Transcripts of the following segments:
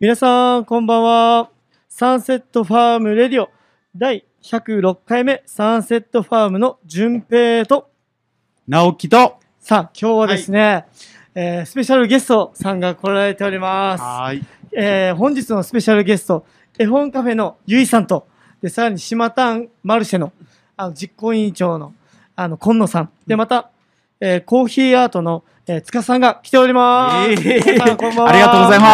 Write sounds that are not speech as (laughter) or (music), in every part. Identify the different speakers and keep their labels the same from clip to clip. Speaker 1: 皆さん、こんばんは。サンセットファームレディオ第106回目サンセットファームの順平と、
Speaker 2: 直樹と。
Speaker 1: さあ、今日はですね、えースペシャルゲストさんが来られております。
Speaker 2: い。
Speaker 1: えー本日のスペシャルゲスト、絵本カフェのゆいさんと、で、さらに島タンマルシェの、あの、実行委員長の、あの、今野さん。で、また、えーコーヒーアートの、えー、塚さんが来ております。
Speaker 2: えー
Speaker 1: 皆さんこんばんは。
Speaker 2: ありがとうございます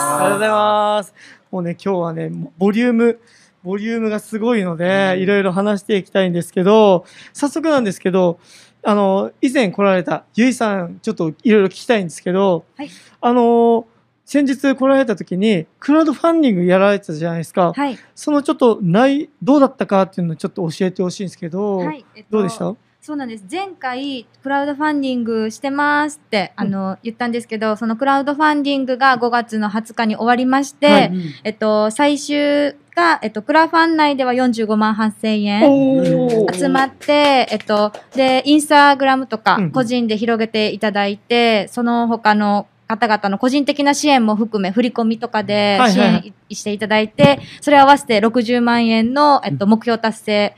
Speaker 1: ありがとうございます。もうね、今日はね、ボリューム、ボリュームがすごいので、いろいろ話していきたいんですけど、早速なんですけど、あの、以前来られたゆいさん、ちょっといろいろ聞きたいんですけど、
Speaker 3: はい
Speaker 1: あの、先日来られた時に、クラウドファンディングやられてたじゃないですか。
Speaker 3: はい。
Speaker 1: そのちょっとない、どうだったかっていうのをちょっと教えてほしいんですけど、
Speaker 3: はい。えっと
Speaker 1: どうでした
Speaker 3: そうなんです。前回、クラウドファンディングしてますって、
Speaker 1: うん
Speaker 3: あの、言ったんですけど、そのクラウドファンディングが5月の20日に終わりまして、
Speaker 1: は
Speaker 3: えっと、最終が、えっと、クラファン内では45万8000円。
Speaker 1: おー
Speaker 3: 集まって、えっと、で、インスタグラムとか
Speaker 1: うん、
Speaker 3: 個人で広げていただいて、その他の方々の個人的な支援も含め、振り込みとかで
Speaker 1: はい
Speaker 3: 支
Speaker 1: はいはい
Speaker 3: 援いしていただいて、それ合わせて60万円の、えっと、目標達成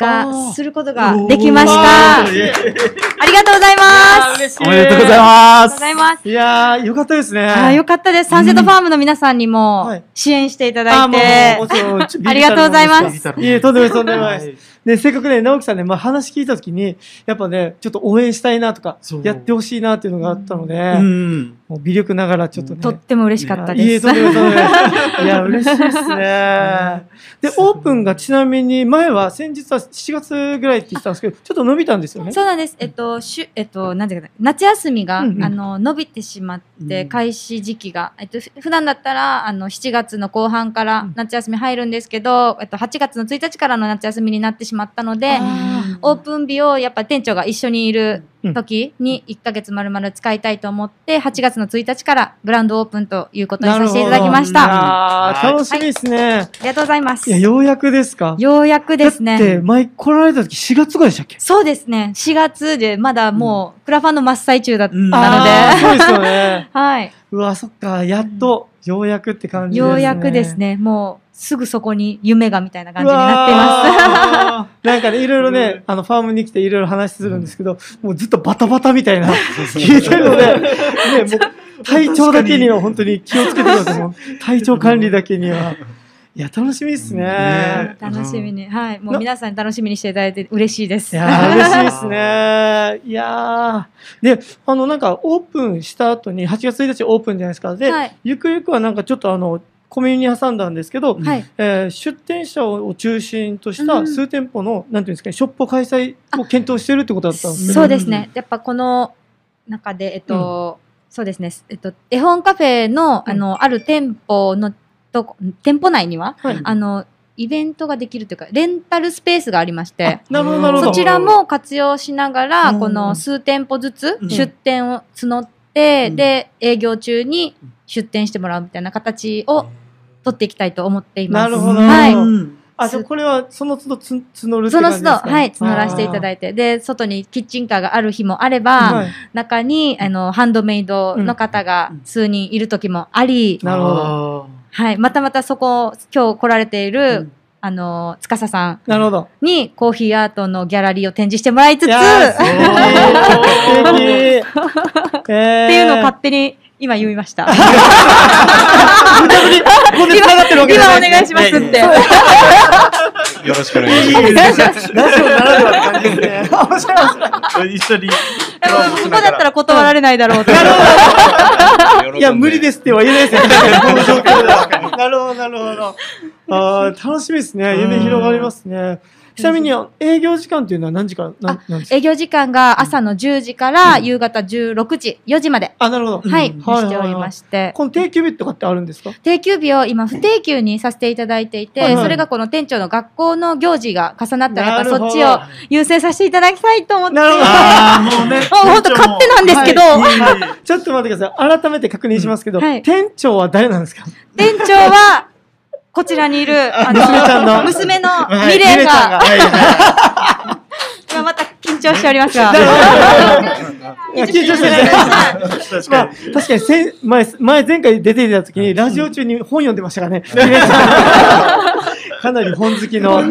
Speaker 2: あ
Speaker 3: が、
Speaker 2: ー
Speaker 3: することができまし
Speaker 1: わ
Speaker 3: た。あ
Speaker 1: ー
Speaker 3: りがとうございます。あり
Speaker 1: 嬉し
Speaker 2: おめでとうござい
Speaker 1: ま
Speaker 2: ま
Speaker 3: がとうご
Speaker 2: す。
Speaker 3: ざいます。
Speaker 1: す。いやー、よかったですね。
Speaker 3: あーよかったです。サンセットファームの皆さんに
Speaker 1: は
Speaker 3: も
Speaker 1: い
Speaker 3: 支援していただ
Speaker 1: あ
Speaker 3: い
Speaker 1: ー
Speaker 3: て、
Speaker 1: もうもうもちろんちょ
Speaker 3: (laughs) ありがとうございます
Speaker 1: ビビったもんですいえ、とんでもない、とんでもないです。で、せっかくね、直樹さんね、まあ、話聞いたときに、やっぱね、ちょっと応援したいなとか
Speaker 2: そ、う
Speaker 1: やってほしいなっていうのがあったので、
Speaker 2: うん。
Speaker 1: もう微力ながらちょっとね。
Speaker 3: とっても嬉しかった
Speaker 1: いえ
Speaker 3: で
Speaker 1: いえ
Speaker 3: す。
Speaker 1: とんでもないとんでも
Speaker 3: (laughs)
Speaker 1: ないいや、嬉しいですね。で、オープンがちなみに、前は先日は7月ぐらいって言ってたんですけど、ちょっと伸びたんですよね。
Speaker 3: そうなんです。えっと、しゅ、えっと、なんていうかな、夏休みが、
Speaker 1: うんうん
Speaker 3: あの、伸びてしまって、
Speaker 2: うん
Speaker 3: 開始時期が、えっと、ふ普段だったら、あの、7月の後半から夏休み入るんですけど、えっと、8月の1日からの夏休みになってしまったので、オープン日をやっぱ店長が一緒にいる時に1ヶ月丸々使いたいと思って、8月の1日からグランドオープンということにさせていただきまし
Speaker 1: なるほ
Speaker 3: た。
Speaker 1: ど
Speaker 3: あ
Speaker 1: いやー楽しみですね。
Speaker 3: りがとうございます。
Speaker 1: いや、
Speaker 3: よ
Speaker 1: ようやくですか
Speaker 3: うやくですね。
Speaker 1: だって、前来られた時4月ぐらいでしたっけ
Speaker 3: そうですね。4月で、まだもう、クラファンの真っ最中だったので、
Speaker 1: あーそうですよね。
Speaker 3: はい。
Speaker 1: うわ、そっか、やっと、ようやくって感じですね。
Speaker 3: ようやくですね、もう、すぐそこに夢がみたいな感じになってま
Speaker 1: す。
Speaker 3: す。
Speaker 1: (laughs) なんかね、いろいろね、あの、ファームに来ていろいろ話するんですけど、もうずっとバタバタみたいな、聞いてるの
Speaker 3: (laughs)
Speaker 1: で、ね、もう、体調だけには本当に気をつけてください。もう体調管理だけに
Speaker 3: (laughs)
Speaker 1: は。いや、楽しみですね
Speaker 2: ね。
Speaker 3: 楽しみに、はい。も
Speaker 1: な
Speaker 3: う皆さんに楽しみにしていただいて嬉しいで
Speaker 1: い
Speaker 3: す。
Speaker 1: やー、嬉しいですね。いやー。で、あの、なんか、オープンした後に、8月1日オープンじゃないですか。で、
Speaker 3: (laughs) はい。
Speaker 1: ゆくゆくはなんかちょっとあの、コミュニティ挟んだんですけど、
Speaker 3: はい。
Speaker 1: えー出店者を中心とし
Speaker 3: う
Speaker 1: た
Speaker 3: ん
Speaker 1: 数店舗の、なんていうんですかね、ショップを開催を検討してるってことだったんですね
Speaker 3: (laughs) そうですね。やっぱこの中で、えっと、そうですね。えっと、絵本カフェの、あの、ある店舗のとこ、店舗内には、
Speaker 1: はい
Speaker 3: あの、イベントができるというか、レンタルスペースがありまして、
Speaker 1: なるほど、なるほど。
Speaker 3: そちらも活用しなが
Speaker 1: う
Speaker 3: ら、
Speaker 1: ん
Speaker 3: この数店舗ずつ
Speaker 2: うん
Speaker 3: 出店を募って、
Speaker 2: うん
Speaker 3: で、営業中に出店してもらうみたいな形を取っていきたいと思っています。
Speaker 1: なるほど
Speaker 3: はい。
Speaker 1: あ、じゃあこれはその都度つ募るって
Speaker 3: そ
Speaker 1: 感じ
Speaker 3: の都
Speaker 1: です
Speaker 3: 度、
Speaker 1: か
Speaker 3: はい、募らせていただ
Speaker 1: い
Speaker 3: いて、で、外にキッチンカーがある日もあれば、
Speaker 1: はい、
Speaker 3: 中に、あの、ハンドメイドの方が数人いる時もあり、
Speaker 1: なるほど。
Speaker 2: ど。
Speaker 3: はい、またまたそこ、今日来られている、
Speaker 2: うん
Speaker 3: あの、司さん
Speaker 1: なるほど。
Speaker 3: にコーヒーアートのギャラリーを展示してもらいつつ、
Speaker 1: いやー素敵
Speaker 3: (laughs)
Speaker 1: え
Speaker 3: っていうの
Speaker 1: ー
Speaker 3: を勝手に今言いました。
Speaker 1: ここで繋がってるわけじ
Speaker 3: 今
Speaker 1: ゃない
Speaker 3: お願いしますって。
Speaker 4: よろしくお願いし
Speaker 1: いいですねラジオならではって感じですね。面白い面白い
Speaker 2: 一緒に。
Speaker 3: でもここだったら断られないだろうと。
Speaker 4: ます。。
Speaker 1: いや、無理ですすっては言えないですよ。この状況
Speaker 3: (laughs)
Speaker 1: では。なるほど、なるほど。あー楽しみですね。夢広がりますね。ちなみに、営業時間っていうのは何時からなんなんですか
Speaker 3: 営業時間が朝の10時から夕方16時、4時まで、
Speaker 1: あ、なるほど。
Speaker 3: はい、
Speaker 2: うん
Speaker 3: しておりまして。
Speaker 1: この定休日とかってあるんですか
Speaker 3: 定休日を今不定休にさせていただいていて、
Speaker 1: はいはい
Speaker 3: それがこの店長の学校の行事が重なったらやっぱそっち
Speaker 1: なる
Speaker 3: を優先させていただきたいと思って。
Speaker 1: なるほど (laughs)
Speaker 2: ああ、もうね。
Speaker 3: もうほんと勝手なんですけど、
Speaker 1: ちょっと待ってください。改めて確認しますけど、
Speaker 3: うんはい
Speaker 1: 店長は誰なんですか
Speaker 3: 店長は、こちらにいる、あの、
Speaker 1: 娘ちゃんの
Speaker 3: 娘の
Speaker 2: はい
Speaker 3: ミレ
Speaker 1: ち
Speaker 3: イ
Speaker 1: ゃん
Speaker 3: が、
Speaker 1: が。
Speaker 3: 今また緊張しておりますが、
Speaker 1: いや緊張してない。
Speaker 2: 確
Speaker 1: ま
Speaker 2: か
Speaker 1: あ
Speaker 2: に。、
Speaker 1: 確かに先前、前、前回出てた時に、ラジオ中に本読んでました (laughs) からね。かなり本好きの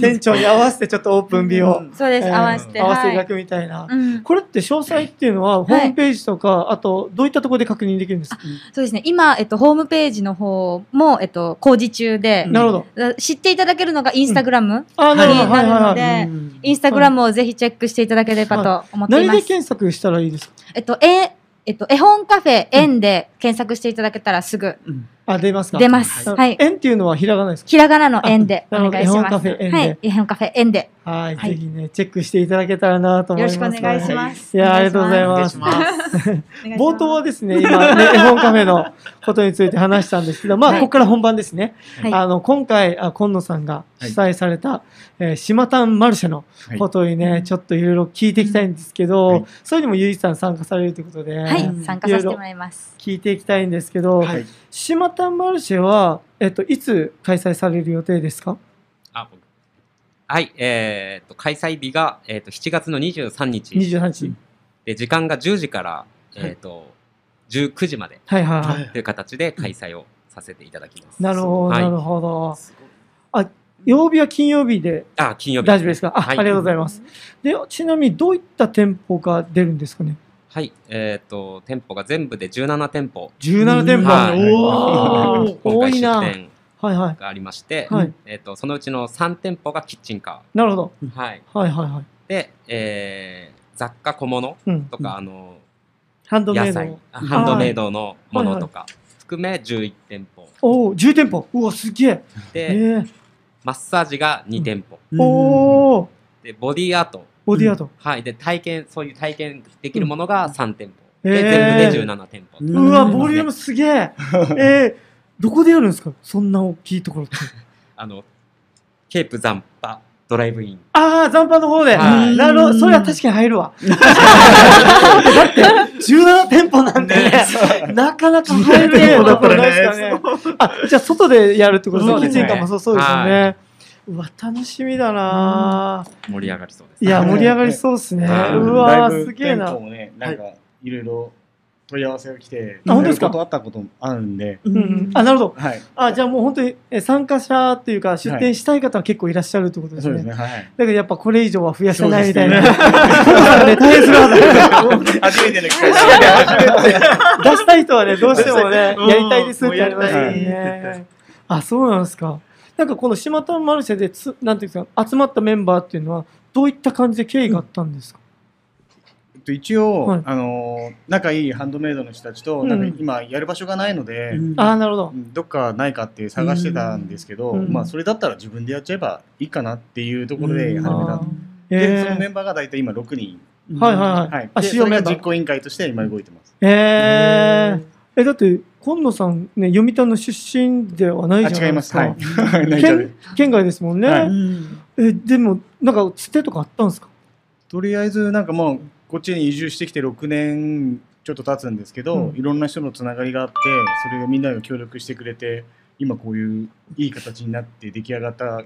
Speaker 1: 店長に合わせてちょっとオープン日を
Speaker 3: そうです、
Speaker 1: えー
Speaker 3: 合わせて。
Speaker 1: 合わせていた
Speaker 3: は
Speaker 1: だ
Speaker 3: い
Speaker 1: くみたいな。
Speaker 3: うん、
Speaker 1: これって詳細っていうのは、ホームページとか、あと、どういったところで確認できるんですか
Speaker 3: そうですね。今、えっと、ホームページの方も、えっと、工事中で、
Speaker 1: なるほど。
Speaker 3: 知っていただけるのがインスタグラム、
Speaker 1: あー、なるほど。
Speaker 3: は
Speaker 1: はいいはいはい。
Speaker 3: で
Speaker 2: うん
Speaker 3: インスタグラムをぜひチェックしていただければと思ってい
Speaker 1: 何
Speaker 3: ま。
Speaker 1: です検索したらいいですか
Speaker 3: えっと、え、えっと、絵本カフェ、円で検索していただけたらすぐ
Speaker 1: あ、出ますか
Speaker 3: 出ます。はい。
Speaker 1: 円っていうのはひらがなですか
Speaker 3: ひらがなの円でお
Speaker 1: あなるほど
Speaker 3: 願いし
Speaker 1: 絵本カ
Speaker 3: ま
Speaker 1: フ
Speaker 3: す。
Speaker 1: ェ円で
Speaker 3: はい。絵本カフェ円で。
Speaker 1: はい。
Speaker 3: はい
Speaker 1: ぜひね、チェックしていただけたらなと思います。
Speaker 3: よろしくお願いします
Speaker 1: いやー、ありがとうござい
Speaker 2: お願い
Speaker 1: ま
Speaker 2: し
Speaker 1: す。
Speaker 2: ます。
Speaker 1: 冒頭はですね、今、
Speaker 3: (laughs)
Speaker 1: ね、絵本カフェのことについて話したんですけど、まあ、
Speaker 3: はい
Speaker 1: ここから本番ですね。
Speaker 3: はい
Speaker 1: あの、今回、あ今野さんが主催された、えー島丹マルシェのことにね、
Speaker 3: はい
Speaker 1: ちょっといろいろ聞いていきたいんですけど、
Speaker 2: はい
Speaker 1: それにもゆいさん参加されるということで、
Speaker 3: はい。参加させてもらいます。
Speaker 1: 聞いていきたいんですけど、
Speaker 2: はい。
Speaker 1: 島丹マルシェは、えっと、いつ開催される予定ですか
Speaker 5: あ僕はい、えーっと開催日が、えーっと7月の23日
Speaker 1: ?28 日、
Speaker 5: で時間が10時から、えーっと19時まで
Speaker 1: はいはいはい。
Speaker 2: はい
Speaker 5: という形で開催をさせていただきます。
Speaker 1: なるほど、
Speaker 5: はい
Speaker 1: なるほど。あ、曜日は金曜日で
Speaker 5: あ金曜日
Speaker 1: 大丈夫ですかあ、
Speaker 5: はい
Speaker 1: ありがとうございます。で、ちなみにどういった店舗が出るんですかね
Speaker 5: はい、えーっと店舗が全部で17店舗、
Speaker 1: ?17
Speaker 2: 店舗
Speaker 5: はい
Speaker 1: おー
Speaker 5: 今
Speaker 1: 多
Speaker 5: 回
Speaker 1: い
Speaker 5: 出
Speaker 1: な。
Speaker 5: 店
Speaker 1: はいはい。
Speaker 5: がありまして、
Speaker 1: はい
Speaker 5: えーっとそのうちの3店舗がキッチンカ
Speaker 1: なるほど。
Speaker 5: ー、はい、
Speaker 1: はいはいはい。
Speaker 5: で、えー雑貨小物
Speaker 1: うん。
Speaker 5: とか、あの
Speaker 1: ハンドメ
Speaker 5: 野
Speaker 1: イド
Speaker 5: 菜
Speaker 1: の。
Speaker 5: あハンドメイドのものとか、含め11店舗
Speaker 1: おお、10店舗。うわ、すげえ。え
Speaker 5: で、
Speaker 1: ー、
Speaker 5: マッサージが2店舗、
Speaker 2: お
Speaker 1: おお、
Speaker 5: でボディアート
Speaker 1: ボディアート。
Speaker 5: はいで体験そういう体験できるものが3店
Speaker 1: う
Speaker 5: 舗、
Speaker 1: ん
Speaker 5: で
Speaker 1: へー
Speaker 5: 全部で17店舗、
Speaker 2: うん
Speaker 1: うわ、ボリュームすげえ。えー、どこでやるんですかそんな大きいところって。
Speaker 5: あのケープ残波ドライブイン
Speaker 1: ああ、残波の方で。
Speaker 5: はい
Speaker 1: なるほど。それは確かに入るわ。だって、17店舗なんでね、なかなか入る店舗だったらないですからね。あ、じゃあ外でやるってこと
Speaker 5: そう
Speaker 1: キ
Speaker 5: で
Speaker 1: ッ
Speaker 5: す
Speaker 1: チ
Speaker 5: ね
Speaker 1: ンカーもそうそうですよね。うわ、楽しみだな
Speaker 5: 盛り上がりそうです
Speaker 1: いや、盛り上がりそうですね。
Speaker 5: はいう
Speaker 1: わーすげえな。
Speaker 6: もね、なんか、いろいろ問い合わせが来て、
Speaker 1: あ本当ですか
Speaker 6: 断ったこともあるんで、
Speaker 1: うんうんあ、なるほど。
Speaker 6: はい。
Speaker 1: あ、じゃあもう本当にえ参加者っていうか、出店したい方は結構いらっしゃるってことです
Speaker 6: そう
Speaker 1: ね。
Speaker 6: ですね、 (laughs) はい。
Speaker 1: だけどやっぱこれ以上は増やせないみたいな。
Speaker 6: そう
Speaker 1: コ (laughs) ロナがね、大変するはず。
Speaker 6: 初めての機
Speaker 1: 出したい人はね、どうしてもね、や
Speaker 2: うん
Speaker 1: りたいですってありますよ
Speaker 2: もうやりたい絶
Speaker 1: ね。あ、そうなんですか。なんかこの島田マルシェでつ、なんていうんですか、集まったメンバーっていうのは、どういった感じで経緯があったんですか、
Speaker 6: 会。 (laughs) 一応、
Speaker 1: はい
Speaker 6: あのー、仲いいハンドメイドの人たちと、
Speaker 1: うん
Speaker 6: なんか今、やる場所がないので、
Speaker 1: ああ、なるほど。
Speaker 6: どっかないかって探してたんですけど、
Speaker 1: うん
Speaker 6: まあ、それだったら自分でやっちゃえばいいかなっていうところ
Speaker 2: う
Speaker 6: で
Speaker 2: ん
Speaker 6: 始めた。で、
Speaker 1: え
Speaker 6: そのメンバーが大体今6人。
Speaker 1: ー、はいはいはい。
Speaker 6: はい。
Speaker 1: あ、
Speaker 6: で
Speaker 1: 主要
Speaker 6: そ
Speaker 1: メ
Speaker 6: れ
Speaker 1: ン
Speaker 6: が
Speaker 1: バ
Speaker 6: 実
Speaker 1: ー。
Speaker 6: 行委員会として今動いてます。
Speaker 1: えー、え、だって、今野さんね、読谷の出身ではないじゃ
Speaker 6: あ、
Speaker 1: な
Speaker 6: 違い
Speaker 1: い
Speaker 6: ま。
Speaker 1: ですす
Speaker 6: は
Speaker 1: か。
Speaker 6: い。 (laughs) 内緒で
Speaker 1: 県県外ですもんね、
Speaker 6: はい
Speaker 1: えでもなんかつてとかあったんですか
Speaker 6: とりあえずなんかもうこっちに移住してきて6年ちょっと経つんですけど、
Speaker 1: うん
Speaker 6: いろんな人のつながりがあってそれがみんなが協力してくれて今こういういい形になって出来上がったっ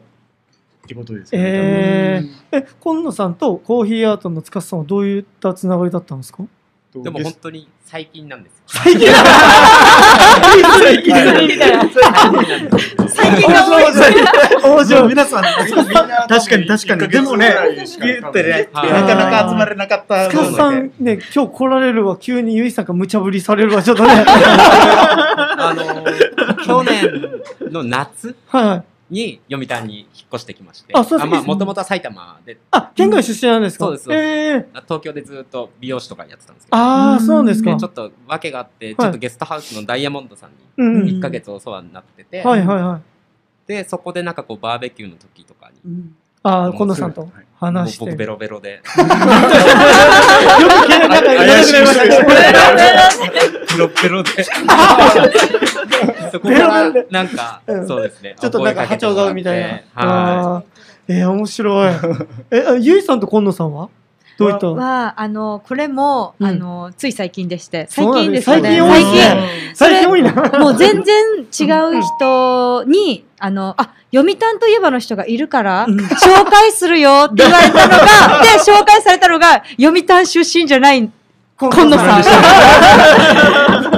Speaker 6: てことですよね。
Speaker 1: えー、え今野さんとコーヒーアートの塚さんはどういったつながりだったんですか
Speaker 6: 多分
Speaker 5: でも
Speaker 6: ゲ
Speaker 5: 本
Speaker 6: ス
Speaker 5: 当に最近なんですよ
Speaker 1: 最近最近
Speaker 6: はい
Speaker 1: みたいな。 (laughs)
Speaker 3: 最近
Speaker 1: 面
Speaker 3: が多い
Speaker 1: 白い。面白い。
Speaker 2: 皆さん、
Speaker 6: みんな多分
Speaker 2: 確かに確かに
Speaker 6: 一ヶ月ぐらいしか
Speaker 2: 言ってね、な
Speaker 5: はい
Speaker 2: かなか集まれなかった
Speaker 1: スカ
Speaker 2: の
Speaker 1: スさ
Speaker 2: で。
Speaker 1: んね、今日来られるわ、急にゆいさんが無茶ぶりされるわ、ちょっとね。
Speaker 5: あのー去年の夏
Speaker 1: はいはい。
Speaker 5: に読谷に引っ越してきまして
Speaker 1: あそうです
Speaker 5: まあもともとは埼玉で
Speaker 1: あ、県外出身なんですか
Speaker 5: そうですそうです
Speaker 1: ええー。
Speaker 5: 東京でずっと美容師とかやってたんですけど
Speaker 1: ああ、そうなんです
Speaker 5: で
Speaker 1: か
Speaker 5: ち。ょっと訳があって、
Speaker 1: い
Speaker 5: ちょっとゲストハウスのダイヤモンドさん
Speaker 1: う
Speaker 5: に
Speaker 1: んうん。
Speaker 5: 1ヶ月お世話になってて、
Speaker 1: はいはいはい。
Speaker 5: でそこでなんかこうバーベキューの時とかに、
Speaker 1: ああ、今野さんと
Speaker 5: もう
Speaker 1: 話して。
Speaker 5: 僕ベロベロで、
Speaker 1: なんか
Speaker 6: 怪
Speaker 1: 怪し
Speaker 6: し
Speaker 1: くなりましたね
Speaker 5: ベロベ
Speaker 1: (laughs)
Speaker 5: ロで、そこか
Speaker 1: ベロ
Speaker 5: ら
Speaker 1: ベロ
Speaker 5: なんか、
Speaker 1: うん
Speaker 5: そうですね、
Speaker 1: ちょっとなんか波長が合うみたいな。
Speaker 5: は
Speaker 1: あーえー、面白い。え、あゆいさんと今野さんはどういった
Speaker 3: は、あの、これも、
Speaker 1: うん
Speaker 3: あの、つい最近でして。最
Speaker 1: そうなん
Speaker 3: 近
Speaker 1: で
Speaker 3: ですすか
Speaker 1: 最
Speaker 3: ね。
Speaker 1: 近多いですね
Speaker 3: 最それ
Speaker 1: 最近多いな。
Speaker 3: 近もう全然違う人に、あの、あ、読谷といえばの人がいるから、紹介するよって言われたのが、で、紹介されたのが、読谷出身じゃない
Speaker 1: 今
Speaker 7: 今野さん。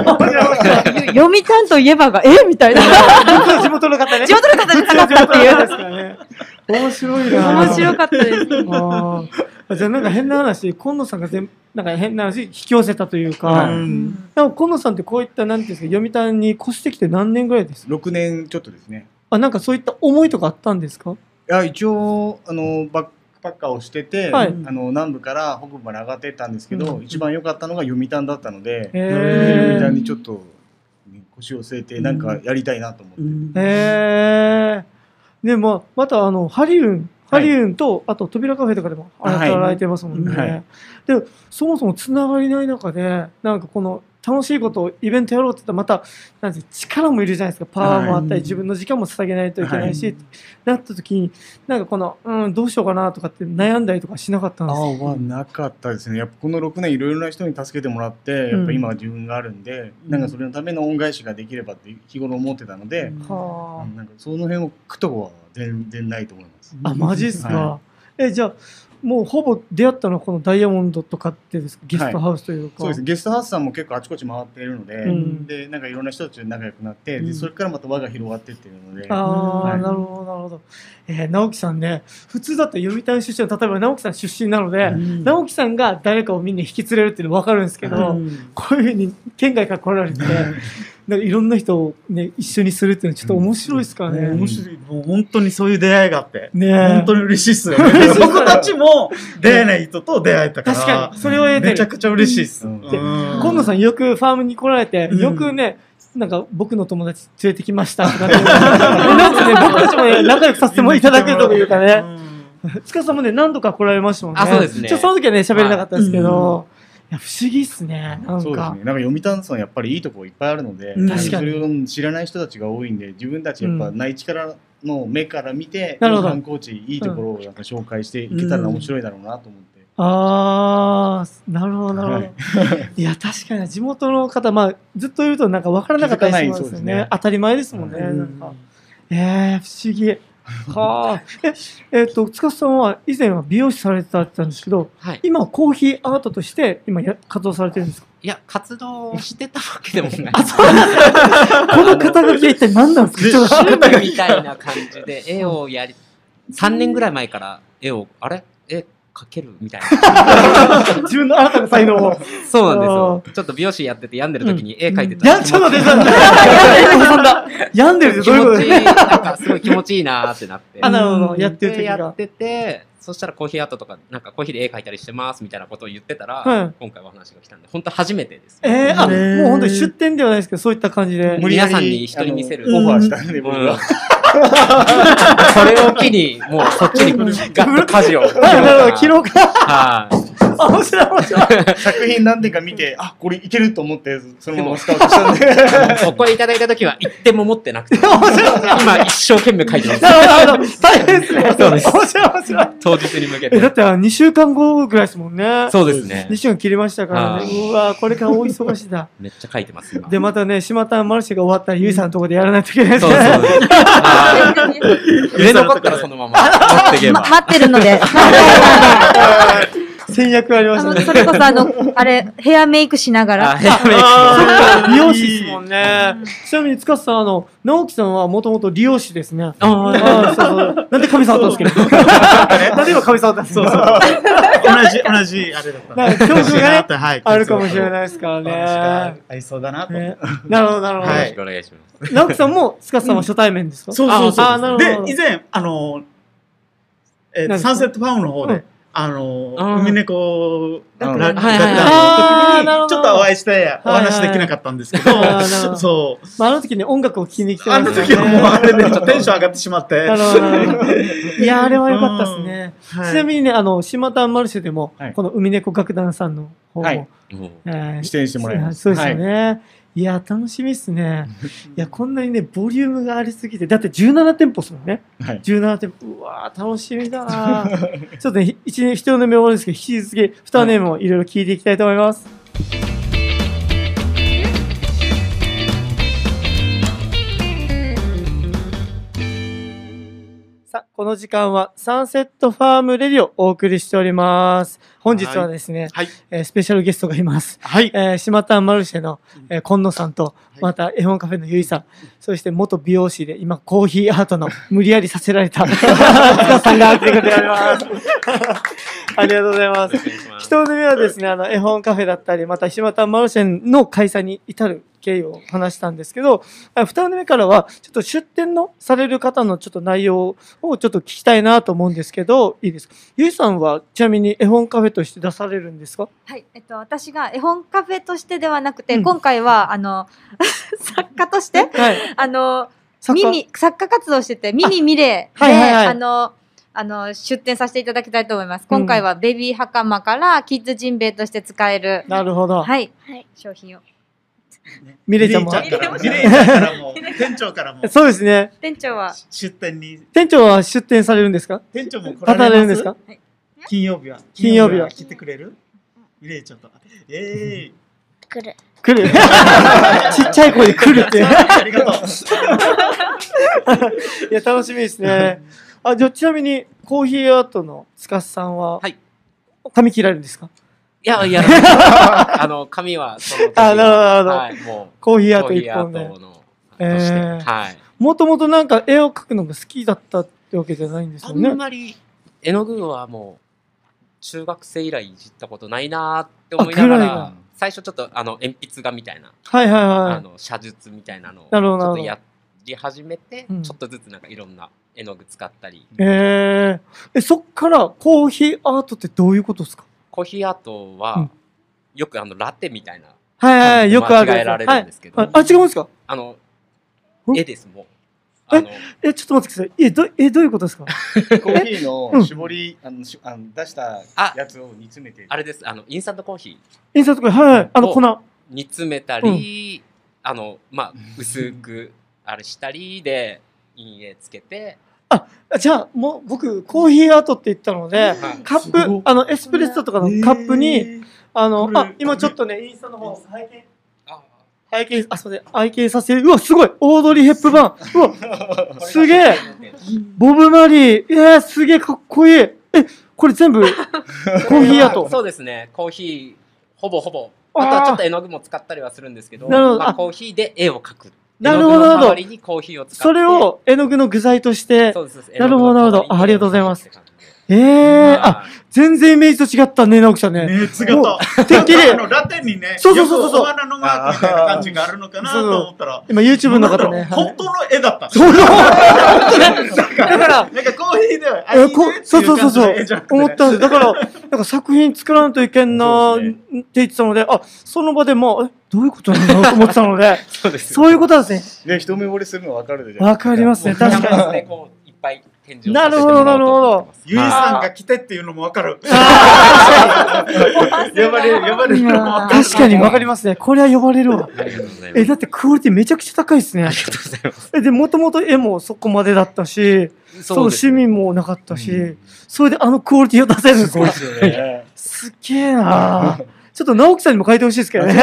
Speaker 7: 読み担当言えばが、えみたいな。
Speaker 1: 僕の地元の方ね。
Speaker 7: 地元の方にかかったっていう。
Speaker 1: いう。面白いな。
Speaker 7: 面白かったです。
Speaker 1: あ
Speaker 6: (laughs)
Speaker 1: ーじゃあなんか変な話、今野さんが全なんか変な話引き寄せたというか、
Speaker 2: は
Speaker 1: で
Speaker 2: い
Speaker 1: も今野さんってこういったなんていうんですか、読谷に越してきて何年ぐらいですか。
Speaker 6: 6年ちょっとですね。
Speaker 1: あ、なんかそういった思いとかあったんですか。
Speaker 6: いや一応あのバックパッカーをしてて、
Speaker 1: はい
Speaker 6: あの南部から北部まで上がってったんですけど、
Speaker 1: うん
Speaker 6: 一番良かったのが読谷だったので、
Speaker 1: へー
Speaker 6: 読谷にちょっとね、腰を据えてなんかやりたいなと思って、
Speaker 1: へえ。でもまたあのハリウン、ハ
Speaker 6: はい
Speaker 1: リウンとあと扉カフェとかでも
Speaker 6: はい
Speaker 1: 働いてますもんね。
Speaker 6: はい
Speaker 1: でそもそもつながりない中でなんかこの楽しいことをイベントやろうって言ったらまたなんていう力もいるじゃないですかパワーもあったり、
Speaker 7: はい
Speaker 1: 自分の時間も捧げないといけないし、
Speaker 6: はい
Speaker 1: なった時になんかこの、うん、どうしようかなとかって悩んだりとかしなかったん
Speaker 6: あ
Speaker 1: ですか
Speaker 6: あはなかったですねやっぱこの6年いろいろな人に助けてもらってやっぱ今は自分があるんで、
Speaker 1: うん
Speaker 6: なんかそれのための恩返しができればって日頃思ってたので、
Speaker 1: は
Speaker 6: うんなんかその辺を苦とは全然ないと思います。
Speaker 1: ああマジっすか、
Speaker 6: は
Speaker 1: えじゃあもうほぼ出会ったのはこのダイヤモンドとかってですかゲストハウスというか、
Speaker 6: そうですゲストハウスさんも結構あちこち回っているので、
Speaker 1: うん
Speaker 6: でなんかいろんな人たちと仲良くなって、
Speaker 7: う
Speaker 6: で
Speaker 7: ん
Speaker 6: それからまた輪が広がってってるので、
Speaker 1: ああ、
Speaker 6: はい
Speaker 1: なるほど、なるほど。えー、直樹さんね、普通だったら読谷出身の、例えば直樹さん出身なので、直樹さんが誰かをみんな引き連れるっていうの分かるんですけど、こういうふうに県外から来られて、なんかいろんな人をね、一緒にするっていうのはちょっと面白いですからね。
Speaker 2: 面白い。もう本当にそういう出会いがあって。
Speaker 1: ねえ
Speaker 2: 本当に嬉しいっす
Speaker 1: (laughs)
Speaker 2: よね。
Speaker 1: 嬉しいっすよ
Speaker 2: 僕たちも出会えない人と出会えたから。
Speaker 1: 確かに、それを得て
Speaker 2: めちゃ
Speaker 1: る。
Speaker 2: くちゃ嬉しいっす。
Speaker 6: うん
Speaker 2: うん
Speaker 1: 今野さんよくファームに来られて、
Speaker 2: うん
Speaker 1: よくね、なんか僕の友達連れてきましたとかって。なんかね、僕たちもね、仲良くさせてもいただくというかね。
Speaker 2: うん
Speaker 1: 塚さんもね、何度か来られましたもんね。
Speaker 5: あそうですね
Speaker 1: ちょっとその時はね、喋れなかったですけど、いや、不思議っすね、なん
Speaker 6: そうです
Speaker 1: か
Speaker 6: ね。なんか読谷村やっぱりいいとこいっぱいあるので、
Speaker 7: うん
Speaker 6: なん
Speaker 1: 確かに
Speaker 6: それを知らない人たちが多いんで自分たちやっぱ内地からの目から見て、
Speaker 1: なるほど
Speaker 6: 観光地いいところをなんか紹介していけたら面白いだろうなと思って、
Speaker 1: あー、なるほど、なるほど。
Speaker 6: はい
Speaker 1: い、や、確かに地元の方、まあ、ずっといるとなんか分からなかったりします
Speaker 6: 気づかないそう
Speaker 1: よ
Speaker 6: です
Speaker 1: ね
Speaker 6: ね。
Speaker 1: 当たり前ですもんね、なんか。えー、不思議。はーえ、えっ、と、塚さんは以前は美容師されてたって言ったんですけど、
Speaker 5: はい。
Speaker 1: 今はコーヒーアートとして今や活動されてるんですか
Speaker 5: いや、活動してたわけでもない。
Speaker 1: (laughs) この肩書きは一体何なんですかちょっと
Speaker 5: 趣味 (laughs) みたいな感じで絵をやり、3年ぐらい前から絵を、あれ絵描けるみたい
Speaker 1: (laughs)
Speaker 5: な。
Speaker 1: 自分の新たな才能を。
Speaker 5: そうなんですよ。ちょっと美容師やってて病んでる時に絵描いてたら
Speaker 1: やんちゃな出たんだ。病んでるって
Speaker 5: 気
Speaker 1: どういうこと
Speaker 5: 持ちいい、なんかすごい気持ちいいなーってなって。
Speaker 1: あ、なるほど。やってる
Speaker 5: で
Speaker 1: 時
Speaker 5: や
Speaker 1: が
Speaker 5: っ。てて、そしたらコーヒーアートとか、なんかコーヒーで絵描いたりしてますみたいなことを言ってたら、
Speaker 1: はい
Speaker 5: 今回お話が来たんで、本当初めてです。
Speaker 1: えー、あ、
Speaker 2: ねー
Speaker 1: もう本当に出店ではないですけど、そういった感じで。
Speaker 5: 無理皆さんに人に見せる
Speaker 6: あのオファーしたんで僕
Speaker 5: うん
Speaker 6: が、
Speaker 5: それを機に、もうそっちにガッと舵を。
Speaker 1: はい、なるほど。切
Speaker 5: ろ
Speaker 1: ろ
Speaker 5: う
Speaker 1: うか。
Speaker 5: かなはい。
Speaker 1: あ、面白い、面白い。
Speaker 6: 作品何点か見てあこれいけると思ってそのままスカウトした
Speaker 1: (laughs)
Speaker 6: んで
Speaker 5: ここでいただいた時は一点も持ってなくて、
Speaker 1: 面白い。
Speaker 5: 今一生懸命書いてます。
Speaker 1: なるほど、なるほど。大変ですね。
Speaker 5: そうです
Speaker 1: 面白い、面白い。
Speaker 5: 当日に向け。
Speaker 1: え、だっててあの2週間後ぐらいですもんね。
Speaker 5: そうですね
Speaker 1: 2。週間切りましたから
Speaker 5: は
Speaker 1: ね。
Speaker 5: いう
Speaker 1: わこれから大忙しだ。
Speaker 5: めっちゃ書いてます、今。
Speaker 1: で、またね、島田マルシェが終わったら、ゆいさんのところでやらないといけないです
Speaker 5: そう
Speaker 1: ね。
Speaker 5: そう。はい売れ残ったらそのまま持っていけば
Speaker 3: ま。待ってるので。
Speaker 1: 戦略ありま
Speaker 3: あ
Speaker 1: した
Speaker 3: の、
Speaker 1: ね。
Speaker 3: それこそあの、あれ、ヘアメイクしなが
Speaker 5: あ
Speaker 3: ら。
Speaker 5: ヘアメイク
Speaker 1: そっか美容師ですもんね。ちなみに、塚さん、あの、直樹さんはもともと理容師ですね。ああ、そうそう。なんで髪触ったんですかなんで今髪触ったんです
Speaker 2: そうそう
Speaker 1: か。
Speaker 2: 同じ、同じ、あれだったん (laughs)
Speaker 1: なんか
Speaker 2: で。
Speaker 1: 教
Speaker 2: 嬉し
Speaker 1: 授
Speaker 2: いなっ
Speaker 1: が
Speaker 2: て
Speaker 1: ね、
Speaker 2: はい
Speaker 1: あるかもしれないですか
Speaker 2: そうそう
Speaker 1: ら
Speaker 2: そう合いそうだなと。
Speaker 1: ね。ねなるほど、なるほ
Speaker 5: よろ
Speaker 2: は
Speaker 5: し
Speaker 2: い
Speaker 5: くお願いします。
Speaker 1: ど。直樹さんも、塚さんは初対面ですか
Speaker 2: そうそうそう。
Speaker 1: ああ、なるほど。
Speaker 2: で、以前、あの、えー
Speaker 1: 何
Speaker 2: サンセットファームの方
Speaker 1: うん
Speaker 2: で、あの、
Speaker 5: あー
Speaker 2: 海猫
Speaker 6: う
Speaker 2: ラ
Speaker 6: ん
Speaker 2: ララ
Speaker 5: はいはいはい
Speaker 1: あーなるほど
Speaker 2: の時に、ちょっとお会いして、お話できなかったんですけど
Speaker 1: はいはいはいあーなるほ、ど
Speaker 2: そう。
Speaker 1: まあ、あの時ね、音楽を聴きに来て
Speaker 2: あ
Speaker 1: ま
Speaker 2: の
Speaker 1: したよ
Speaker 2: 時
Speaker 1: ね。
Speaker 2: はもうあれで、ちょっとテンション上がってしまって。
Speaker 1: なるほどなるほど。いや、あれは良かったですね。
Speaker 2: はい
Speaker 1: ちなみにね、あの、島田マルシェでも
Speaker 6: は、い
Speaker 1: この海猫楽団さんの方
Speaker 6: は
Speaker 1: も
Speaker 6: い、
Speaker 5: もう
Speaker 1: えー
Speaker 6: 出演してもらいます
Speaker 1: そうですよね。い、や、楽しみっす
Speaker 6: (laughs)
Speaker 1: ね。いや、こんなにね、ボリュームがありすぎて、だって17店舗っすもんね。
Speaker 6: はい
Speaker 1: 17店舗。うわー、楽しみだ
Speaker 6: (laughs)
Speaker 1: なちょっとね、ひ一年、一人の目終わるんですけど、引き続き、二年もいろいろ聞いていきたいと思います。さこの時間はサンセットファームレディをお送りしております。本日はですね、
Speaker 2: はい。
Speaker 1: えースペシャルゲストがいます。
Speaker 2: はい。
Speaker 1: えー、島田マルシェの、えー、今野さんと、また絵本カフェのゆいさん、そして元美容師で今コーヒーアートの無理やりさせられ (laughs) た塚さんが来てくれております。ありがとうございます。一目はですね、あの、絵本カフェだったり、また、島田マルシェンの開催に至る経緯を話したんですけど、あ二目からは、ちょっと出店のされる方のちょっと内容をちょっと聞きたいなと思うんですけど、いいですかゆいさんは、ちなみに絵本カフェとして出されるんですか
Speaker 3: はい、えっと、私が絵本カフェとしてではなくて、
Speaker 1: うん
Speaker 3: 今回は、あの、作家として、
Speaker 1: はい。
Speaker 3: あの、
Speaker 1: 作
Speaker 3: ミ
Speaker 1: 家
Speaker 3: ニ、作家活動してて、ミニミレ
Speaker 1: あ
Speaker 3: ーで、
Speaker 1: はいはいはい
Speaker 3: あの、あの、出展させていただきたいと思います。今回はベビー袴からキッズジンベエとして使える、
Speaker 1: なるほど。
Speaker 3: はい、
Speaker 8: はい
Speaker 3: 商品を。
Speaker 1: ミレちゃんも。
Speaker 2: ミレからミレイちゃんからも、店長からも、
Speaker 1: そうですね。
Speaker 3: 店長は、
Speaker 2: 出店に、
Speaker 1: 店長は出店されるんですか
Speaker 2: 店長も来
Speaker 1: 立た
Speaker 2: ら
Speaker 1: れ
Speaker 2: れ
Speaker 1: るん
Speaker 2: ま
Speaker 1: ですすか
Speaker 2: 金曜日は。
Speaker 1: 金曜日は
Speaker 2: 来てくれるミレイちゃんと。
Speaker 1: (laughs)
Speaker 2: ええ。
Speaker 8: 来る。
Speaker 1: 来る。ちっちゃい声で来るっていう。
Speaker 2: ありがとう。
Speaker 1: いや、楽しみですね。あ、じゃあ、ちなみに、コーヒーアートのスカスさんは、
Speaker 5: はい
Speaker 1: 髪切られるんですか
Speaker 5: いや、
Speaker 1: (laughs)
Speaker 5: いや、あの、髪はその時
Speaker 1: あ、なるほど、なるほど。
Speaker 5: はい、も
Speaker 1: コーヒ
Speaker 5: う、
Speaker 1: ーアー
Speaker 5: コ
Speaker 1: ト
Speaker 5: ーヒ
Speaker 1: 一
Speaker 5: ーア
Speaker 1: 本
Speaker 5: ー
Speaker 1: で
Speaker 5: ト。の、
Speaker 1: えー
Speaker 5: として、はい。
Speaker 1: もともとなんか絵を描くのが好きだったってわけじゃないんです
Speaker 5: あ
Speaker 1: よ
Speaker 5: ん
Speaker 1: ね。
Speaker 5: まり、絵の具はもう、中学生以来いじったことないなーって思いなが
Speaker 1: あぐらい
Speaker 5: ら、最初ちょっと、あの、鉛筆画みたいな、
Speaker 1: はいはい
Speaker 5: あ
Speaker 1: は
Speaker 5: の、写術みたいなのを、ち
Speaker 1: なるほど
Speaker 5: ょ
Speaker 1: なるほ
Speaker 5: っ
Speaker 1: ど
Speaker 5: とやり始めて、
Speaker 1: うん
Speaker 5: ちょっとずつなんかいろんな絵の具使ったり、
Speaker 1: い。えー、え、そっからコーヒーアートってどういうことですか
Speaker 5: コーヒーアートは、
Speaker 1: うん
Speaker 5: よくあの、ラテみたいな、
Speaker 1: はいはいはい、よくある
Speaker 5: 間違
Speaker 1: や
Speaker 5: え
Speaker 1: つ。は
Speaker 5: ら
Speaker 1: い
Speaker 5: れるんですけど、
Speaker 1: あ、あ違うんですか
Speaker 5: あの
Speaker 1: ん、
Speaker 5: 絵です、もう。あの、
Speaker 1: え、ちょっと待ってください。え、ど、え、どういうことですか
Speaker 6: コーヒーの絞り、あのしあの出した
Speaker 5: あ
Speaker 6: やつを煮詰めて
Speaker 5: あれです、あの、インスタントコーヒー。
Speaker 1: インサートこれ、はいはい。あの、
Speaker 5: お
Speaker 1: 粉。
Speaker 5: 煮詰めたり、あのまあ薄くあれしたりで陰影つけて、
Speaker 1: あじゃあ、もう、僕、コーヒーアートって言ったので、
Speaker 5: はい
Speaker 1: カッ
Speaker 2: すご
Speaker 1: プ
Speaker 2: い、
Speaker 1: あの、エスプレッソとかのカップに、あの
Speaker 2: こ、れ
Speaker 1: あ、今ちょっとね、インスタの方、拝見、
Speaker 5: あ
Speaker 1: 拝見、あ、すいません、拝見させる。うわ、すごいオードリー・ヘップバーンうわ、すげえボブ・マリー、えー、すげえかっこいいえ、これ全部、コーヒーアート。
Speaker 5: そうですねコーヒーほぼほぼ
Speaker 1: あー
Speaker 5: あとはちょっと絵の具も使ったりはするんですけど
Speaker 1: なるほど
Speaker 5: まあ
Speaker 1: あ
Speaker 5: コーヒーで絵を描く
Speaker 1: なるほど
Speaker 5: 絵の具の代わりにコーヒーを使って
Speaker 1: それを絵の具の具材として
Speaker 5: そ、うですそうです
Speaker 1: なるほど
Speaker 5: 絵
Speaker 1: な
Speaker 5: の具の代わ
Speaker 1: るほどあありがとうございます
Speaker 5: に絵を描くって感
Speaker 1: え
Speaker 5: じで
Speaker 1: ー、あ、
Speaker 5: はい
Speaker 1: 全然イメージと違ったね、直樹さんね。
Speaker 2: ね、違った。
Speaker 1: てっきり
Speaker 2: あの、ラテンにね、
Speaker 1: そうそうそうそう
Speaker 2: よくお花のマークみたいな感じがあるのかなと思ったら、
Speaker 1: 今 YouTube の方ね。
Speaker 2: (laughs) なんだろう
Speaker 1: はい
Speaker 2: 本当の絵だった。
Speaker 1: そう
Speaker 2: だ
Speaker 1: から
Speaker 2: なんかコーヒーでは、あ
Speaker 1: え
Speaker 2: いい
Speaker 1: ー
Speaker 2: ね
Speaker 1: こ
Speaker 2: ってい
Speaker 1: そうそうそうそ
Speaker 2: 感じの絵じゃな
Speaker 1: う
Speaker 2: くてね
Speaker 1: 思ったんですだからなんか作品作らんといけんな
Speaker 6: そうで
Speaker 1: ー
Speaker 6: す
Speaker 1: って言ってたのであその場でもうえどういうことなのと思ってたのでそういうことなんです
Speaker 6: で一目惚れするの分かるでしょ
Speaker 1: ねわかりますね確
Speaker 5: キャンバ
Speaker 1: か
Speaker 5: スで
Speaker 1: に
Speaker 5: こういっぱい展示をさせてもらおうと思ってます
Speaker 1: なるほどなるほど
Speaker 2: ゆいさんが来てっていうのもわかる。呼ばれる、呼ばれるのもわかる。
Speaker 1: 確かにわかりますねこれは呼ばれるわ
Speaker 5: ありがとうございます
Speaker 1: えだってクオリティめちゃくちゃ高いですね
Speaker 5: ありがとうございます
Speaker 1: えでもともと絵もそこまでだったしその
Speaker 5: そうで
Speaker 1: 趣
Speaker 5: すね
Speaker 1: 味もなかったし、それであのクオリティを出せるんですか
Speaker 6: すよね。
Speaker 1: すっげえ (laughs) なーちょっと直樹さんにも書いてほしいですけどね。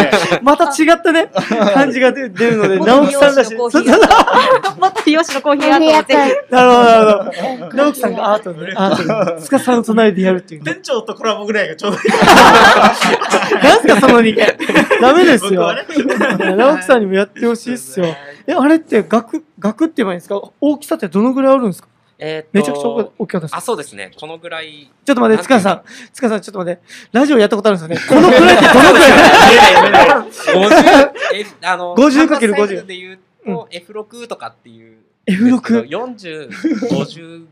Speaker 1: (laughs) また違ったね、感じが出出るの (laughs) で、直
Speaker 3: 元
Speaker 1: 樹さんらしい。
Speaker 3: 美容師のコーヒ
Speaker 1: そ
Speaker 3: ー (laughs)
Speaker 1: うそう
Speaker 3: もっとよしのコーヒーアートをぜひ。
Speaker 1: なるほど、なるほど。直樹さんがアートで、アートで、塚さんの隣でやるっていう。
Speaker 2: 店長とコラボぐらいがちょうどいい。
Speaker 1: なんすか、その人間。 (laughs) ダメです
Speaker 2: 僕
Speaker 1: よ
Speaker 2: は。ね
Speaker 1: いや直樹さんにもやってほしいっすよ。え、あれって、額、額って言えばいいんですか大きさってどのぐらいあるんですか
Speaker 5: えーっと
Speaker 1: めちゃくちゃ大きかったです
Speaker 5: あ、。そうですね。このぐ
Speaker 1: (laughs)
Speaker 5: らい。
Speaker 1: ちょっと待って、塚さ。
Speaker 5: なん
Speaker 1: 塚さん、ちょっと待って。ラジオやったことあるんですよね。このくらいってどのくらい
Speaker 5: 50え、あの、
Speaker 1: 50かける50
Speaker 5: キャンバスサイズで言うと、F6 とかっていう。
Speaker 1: ?F6。
Speaker 5: 40、50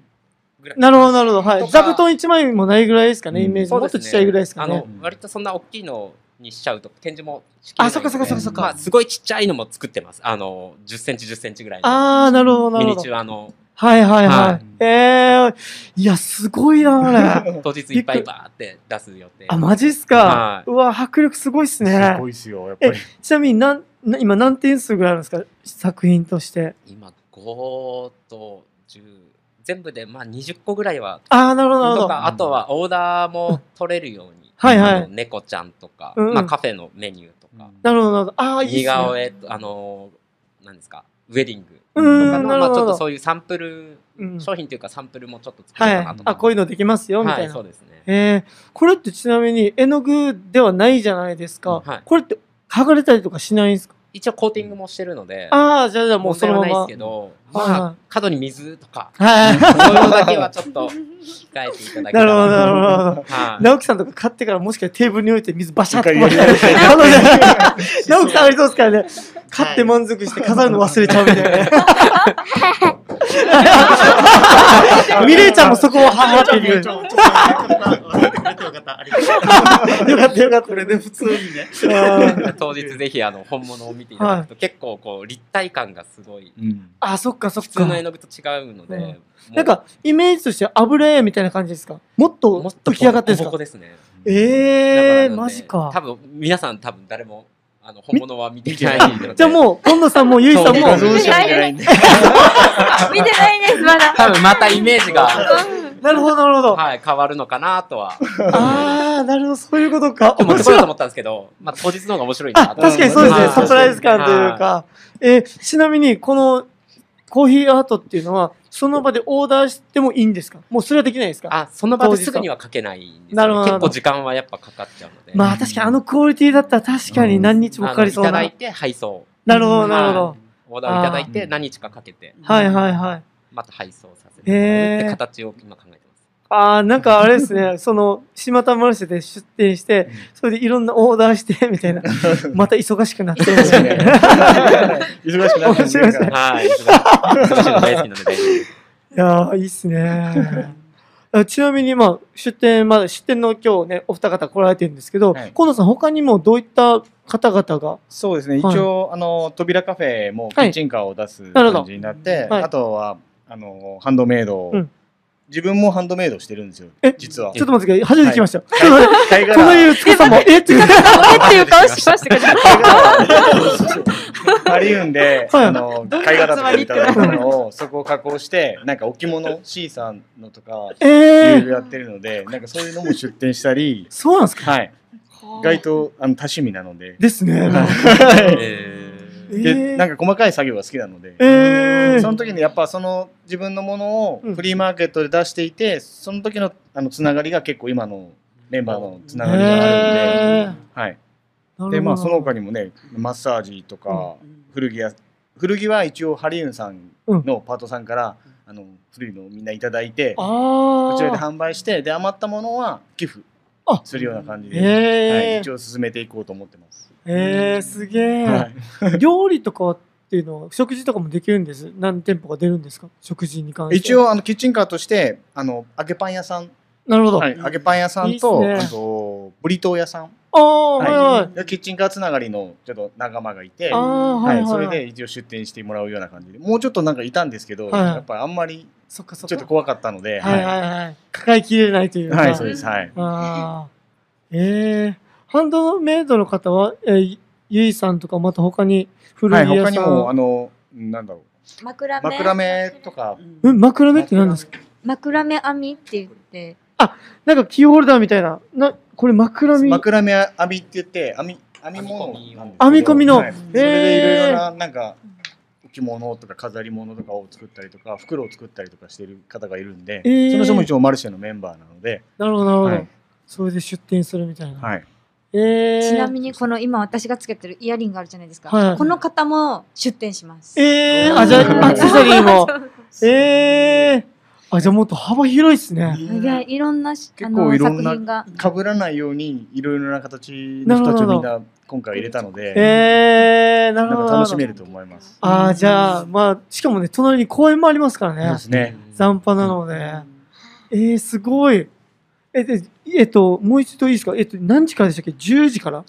Speaker 5: ぐら
Speaker 1: (laughs)
Speaker 5: い。
Speaker 1: なるほど、なるほど。はい。
Speaker 5: とか
Speaker 1: 座布団1枚もないぐらいですかね、イメージ。
Speaker 5: そう
Speaker 1: もっ
Speaker 5: です
Speaker 1: と
Speaker 5: ね
Speaker 1: ちっちゃいぐらいですか
Speaker 5: あ
Speaker 1: ね
Speaker 5: の。、割とそんな大きいのにしちゃうと、展示もしきれ
Speaker 1: あ、
Speaker 5: ないので
Speaker 1: そっかそっかそっかそっ
Speaker 5: ま
Speaker 1: か
Speaker 5: あ、。すごいちっちゃいのも作ってます。あの、10センチ、10センチぐらいの。
Speaker 1: あー、なるほど、な
Speaker 5: ミ
Speaker 1: る
Speaker 5: ニ
Speaker 1: ほ
Speaker 5: チ
Speaker 1: ど。
Speaker 5: ュアの
Speaker 1: はいはいは。
Speaker 5: はい
Speaker 1: えー、いや、すごいな、こ
Speaker 5: (laughs)
Speaker 1: れ。
Speaker 5: 当日いっぱいバーって出す予定。
Speaker 1: あ、マジっす
Speaker 5: は
Speaker 1: か。
Speaker 5: いう
Speaker 1: わ、迫力すごいっすね
Speaker 6: す。ごいですよ、やっぱり。
Speaker 1: ちなみになん、な今何点数ぐらいあるんですか作品として。
Speaker 5: 今、5と10、全部で、まあ、20個ぐらいは
Speaker 1: あー、なるほど、なるほ
Speaker 5: と
Speaker 1: ど。。
Speaker 5: か、あとはオーダーも取れるように
Speaker 1: はいはい
Speaker 5: あの猫ちゃんとか、
Speaker 1: うんうん
Speaker 5: まあカフェのメニューとか、
Speaker 1: なるほど、なるほど。あー、いい
Speaker 5: 似
Speaker 1: っす
Speaker 5: 顔
Speaker 1: ね。
Speaker 5: 絵と、あのー、なんですか、ウェディング
Speaker 1: う
Speaker 5: と
Speaker 1: ー
Speaker 5: か
Speaker 1: ん、
Speaker 5: の、
Speaker 1: なる
Speaker 5: まあ
Speaker 1: ほ
Speaker 5: ちょっ
Speaker 1: ど
Speaker 5: と。そういうサンプル
Speaker 1: うん
Speaker 5: 商品というかサンプルもちょっと作
Speaker 1: は
Speaker 5: ろうか
Speaker 1: い
Speaker 5: なと。。
Speaker 1: あ、こういうのできますよ、みた
Speaker 5: はいい、
Speaker 1: な
Speaker 5: そ。うですね。
Speaker 1: えー、これってちなみに絵の具ではないじゃないですか。
Speaker 5: はい
Speaker 1: これって剥がれたりとかしないんですか
Speaker 5: 一応コーティングもしてるので、
Speaker 1: ああ、じゃあじゃあもう
Speaker 5: 問
Speaker 1: その
Speaker 5: 題は
Speaker 1: ま
Speaker 5: ないです
Speaker 1: ま。
Speaker 5: けど、
Speaker 1: はいはい
Speaker 5: まあ、角に水とか、
Speaker 1: はい。
Speaker 5: そういうのだけはちょっと控えていただけた
Speaker 1: (laughs) なるほど、なるほ
Speaker 5: ら。
Speaker 1: どなるほど。
Speaker 5: はい。
Speaker 1: 直樹さんとか買ってからもしかしてテーブルに置いて水バシャッと。
Speaker 6: 一回
Speaker 1: 直
Speaker 6: や
Speaker 1: 樹
Speaker 6: り
Speaker 1: さ
Speaker 6: ま
Speaker 1: んありそうですからね。買って満足して飾るの忘れちゃうみたいなね。ミレイちゃんもそこをははって言う。
Speaker 2: ちょっと笑ってくれてよかった。ありがとう。
Speaker 1: よかったよかった。
Speaker 2: これで普通にね。
Speaker 1: あー
Speaker 5: 当日ぜひあの本物を見ていただくと結構こう立体感がすごい
Speaker 6: うん
Speaker 1: あ、そっかそっ
Speaker 5: 普通の絵
Speaker 1: か。
Speaker 5: の具と違うので、
Speaker 1: うん
Speaker 5: もう
Speaker 1: なんか、イメージとして油絵みたいな感じですかもっと
Speaker 5: もっと
Speaker 1: 浮き上がってるんです
Speaker 5: ボコボ
Speaker 1: か
Speaker 5: コですね。
Speaker 1: ええ
Speaker 5: だからなので
Speaker 1: マジか。
Speaker 5: 多分皆さん多分誰もあの本物は見てないので。
Speaker 1: じゃあもう、今野さんもゆいさんも、
Speaker 5: そう
Speaker 6: 画像しか見てないん
Speaker 7: 見
Speaker 6: で。
Speaker 7: てないです、まだ。
Speaker 5: 多分またイメージ
Speaker 1: (laughs)
Speaker 5: が
Speaker 1: なるほど、なるほど。あ
Speaker 5: はい変わるのかなとは。
Speaker 1: あー、なるほど、そういうことか。
Speaker 5: 今日持っ
Speaker 1: 面
Speaker 5: てこよ
Speaker 1: 白
Speaker 5: うと
Speaker 1: い。
Speaker 5: 思ったんですけど、まあ当日の方が面白いな
Speaker 1: あ、
Speaker 5: と。
Speaker 1: 確かにそうです
Speaker 5: は
Speaker 1: ね
Speaker 5: い。
Speaker 1: サプライズ感という。か。えーちなみに、このコーヒーアートっていうのは、その場でオーダーしてもいいんですかもうそれはできないですか
Speaker 5: あ、その場ですぐには書けないんですよね
Speaker 1: なるほど
Speaker 5: 結構時間はやっぱかかっちゃうので。
Speaker 1: まあ確かにあのクオリティだったら確かに何日もかかりそう
Speaker 5: あの
Speaker 1: な。
Speaker 5: いただいて配送。
Speaker 1: なるほど、なるほ
Speaker 5: は
Speaker 1: ど
Speaker 5: い。。オーダーをいただい
Speaker 6: あ
Speaker 5: て
Speaker 6: ー
Speaker 5: 何日かかけて、
Speaker 1: はいはいはい。
Speaker 5: また配送させて、
Speaker 1: へー
Speaker 5: って形を今考えてます。
Speaker 1: ああ、なんかあれです
Speaker 5: (laughs)
Speaker 1: ね、その、島田マルシェで出店して、それでいろんなオーダーして、みたい
Speaker 5: (laughs)
Speaker 1: な。また忙しくなってるみたいな。
Speaker 6: 忙しくなってるから。
Speaker 5: はい。忙しいの大好きなので大丈夫です。
Speaker 1: いやー、いいっす
Speaker 6: (laughs)
Speaker 1: ね。あちなみに、まあ、出店、まだ出店の今日ね、お二方来られてるんですけど、
Speaker 6: はい
Speaker 1: 河野さん、他にもどういった方々が、
Speaker 6: そうですね、
Speaker 1: はい
Speaker 6: 一応、あの扉カフェもキ
Speaker 1: はい
Speaker 6: ッチンカーを出す
Speaker 1: なるほど
Speaker 6: 感じになって、
Speaker 1: はい
Speaker 6: あとはあのハンドメイドを、
Speaker 1: うん
Speaker 6: 自分もハンドメイドしてるんですよ
Speaker 1: え、
Speaker 6: 実は
Speaker 1: ちょっと待ってください、初めて来ました。ちょっと待って
Speaker 6: 貝殻
Speaker 1: (laughs) 隣のつくさんも、えって言って、
Speaker 7: えっていう顔しましたけど。
Speaker 6: 貝
Speaker 1: (laughs)
Speaker 6: 殻ありうんで、
Speaker 1: はい
Speaker 6: あの貝殻とかいただいたのをそこを加工してなんか置物 C さんのとか
Speaker 1: え
Speaker 6: いろい
Speaker 1: ー、
Speaker 6: ろやってるのでなんかそういうのも出店したり
Speaker 1: そうなんですか
Speaker 6: はい意外とあの多趣味なので
Speaker 1: ですね。
Speaker 5: え
Speaker 1: え
Speaker 6: で、
Speaker 1: ー、
Speaker 6: なんか細かい作業が好きなので、
Speaker 1: え
Speaker 6: その
Speaker 1: ー、
Speaker 6: 時にやっぱその自分のものをフリーマーケットで出していて、その時のあのつながりが結構今のメンバーのつながりがあるんで、
Speaker 1: え
Speaker 6: はい。
Speaker 1: ー
Speaker 6: でまあその
Speaker 1: なるほど
Speaker 6: 他にもねマッサージとか、古着屋古着は一応ハリウンさんのパートさんから、あの古いのをみんないただいてこ
Speaker 1: あ
Speaker 6: ちらで
Speaker 1: ー
Speaker 6: 販売してで余ったものは寄付するような感じで、は
Speaker 1: え
Speaker 6: い、一
Speaker 1: ー、
Speaker 6: 応進めていこうと思ってます。
Speaker 1: えー、すげえ、
Speaker 6: はい
Speaker 1: 料理とかっていうのは、食事とかもできるんです。何店舗が出るんですか食事に関して。
Speaker 6: 一、応あのキッチンカーとしてあの揚げパン屋さん、
Speaker 1: なるほど。
Speaker 6: はい、揚げパン屋さんと
Speaker 1: いいっすね
Speaker 6: あとブリトー屋さん
Speaker 1: ああ、はいはい。
Speaker 6: でキッチンカーつながりのちょっと仲間がいて、
Speaker 1: あ
Speaker 6: は
Speaker 1: あ、
Speaker 6: い
Speaker 1: はい、はい。
Speaker 6: それで一応出店してもらうような感じでもうちょっとなんかいたんですけど、
Speaker 1: はい
Speaker 6: やっぱりあんまり
Speaker 1: そっかそっか。
Speaker 6: ちょっと怖かったので、
Speaker 1: はいはいはい。抱えきれないというか。
Speaker 6: はいそうですはい。
Speaker 1: ああ。ええハンドメイドの方は、えー、ゆいさんとか、また他に、古
Speaker 6: はい、
Speaker 1: 着屋
Speaker 6: 他に
Speaker 1: さん。
Speaker 6: もあのなんだろ
Speaker 3: 枕
Speaker 6: う枕目とか
Speaker 1: え、枕目って何ですか
Speaker 6: か
Speaker 3: 枕目編みって言って
Speaker 1: なんかキーホルダーみたいな。な、これ枕み。
Speaker 6: 枕目編みって言って編み編み物なんですけど
Speaker 1: 編み込みの
Speaker 6: はいそれでいろいろななんか置物とか飾り物とかを作ったりとか袋を作ったりとかしている方がいるんで、
Speaker 1: えー
Speaker 6: その人も一応マルシェのメンバーなので、
Speaker 1: なるほど、なるほど。
Speaker 6: はい
Speaker 1: それで出店するみたいな。
Speaker 6: はい、
Speaker 1: ええ
Speaker 3: ちなみにこの今私がつけてるイヤリングあるじゃないですか、
Speaker 1: はい
Speaker 3: この方も出店します
Speaker 1: ええあ、じゃあ、アクセサリー
Speaker 3: (laughs)
Speaker 1: も。ええあ、じゃあもっと幅広いっすね。
Speaker 3: いやいろんなしあ
Speaker 6: 結
Speaker 3: の
Speaker 6: 構いろん
Speaker 3: 作
Speaker 6: な
Speaker 3: 品が
Speaker 6: 被らないようにいろいろな形の人たちをみんな今回入れたので、
Speaker 1: ええな
Speaker 6: な
Speaker 1: るほど。
Speaker 6: んか楽しめると思います。
Speaker 1: ああ、じゃあ、まあ、しかもね、隣に公園もありますから
Speaker 6: そう
Speaker 1: ね
Speaker 6: で。すね。
Speaker 1: 残波なので。えー、すごい。え、で、えっと、もう一度いいですかえっと、何時からでしたっけ ?10 時から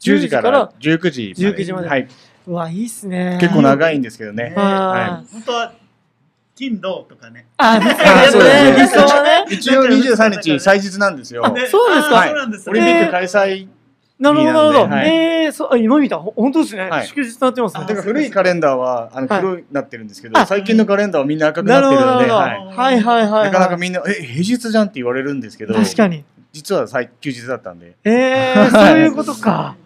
Speaker 6: 10時から19時まで。
Speaker 1: 19時まで
Speaker 6: はい。
Speaker 1: うわ、いいっすね。
Speaker 6: 結構長いんですけどね。
Speaker 1: あ
Speaker 2: 本当は金土とかね。
Speaker 1: あ、です
Speaker 6: あ
Speaker 1: よ
Speaker 6: そう
Speaker 1: ね。
Speaker 6: で
Speaker 1: 理
Speaker 6: す
Speaker 1: 想はね。
Speaker 6: 一応23日祭日なんですよ。
Speaker 2: ね
Speaker 1: そうですか
Speaker 2: あそうなんです
Speaker 6: オ
Speaker 2: ね
Speaker 6: リンピック開催。
Speaker 1: なるほど、なるほど。
Speaker 6: いいなんではい
Speaker 1: えー、そう、あ今見た。ほ本当ですね。
Speaker 6: はい
Speaker 1: 祝日になってますね
Speaker 2: あ。
Speaker 6: てか古いカレンダーはあの
Speaker 1: はい
Speaker 6: 黒になってるんですけ
Speaker 1: あ
Speaker 6: ど、最近のカレンダーはみんな赤く
Speaker 1: な
Speaker 6: な
Speaker 1: るほ
Speaker 6: って
Speaker 1: ど、
Speaker 6: るの
Speaker 1: なるほ
Speaker 6: で、
Speaker 1: ど。
Speaker 6: はい
Speaker 1: はいはいはい。
Speaker 6: なかなかみんな、え、平日じゃんって言われるんですけど、
Speaker 1: 確かに。
Speaker 6: 実は最休日だったんで。
Speaker 1: え
Speaker 6: (laughs)
Speaker 1: ー、そういうことか。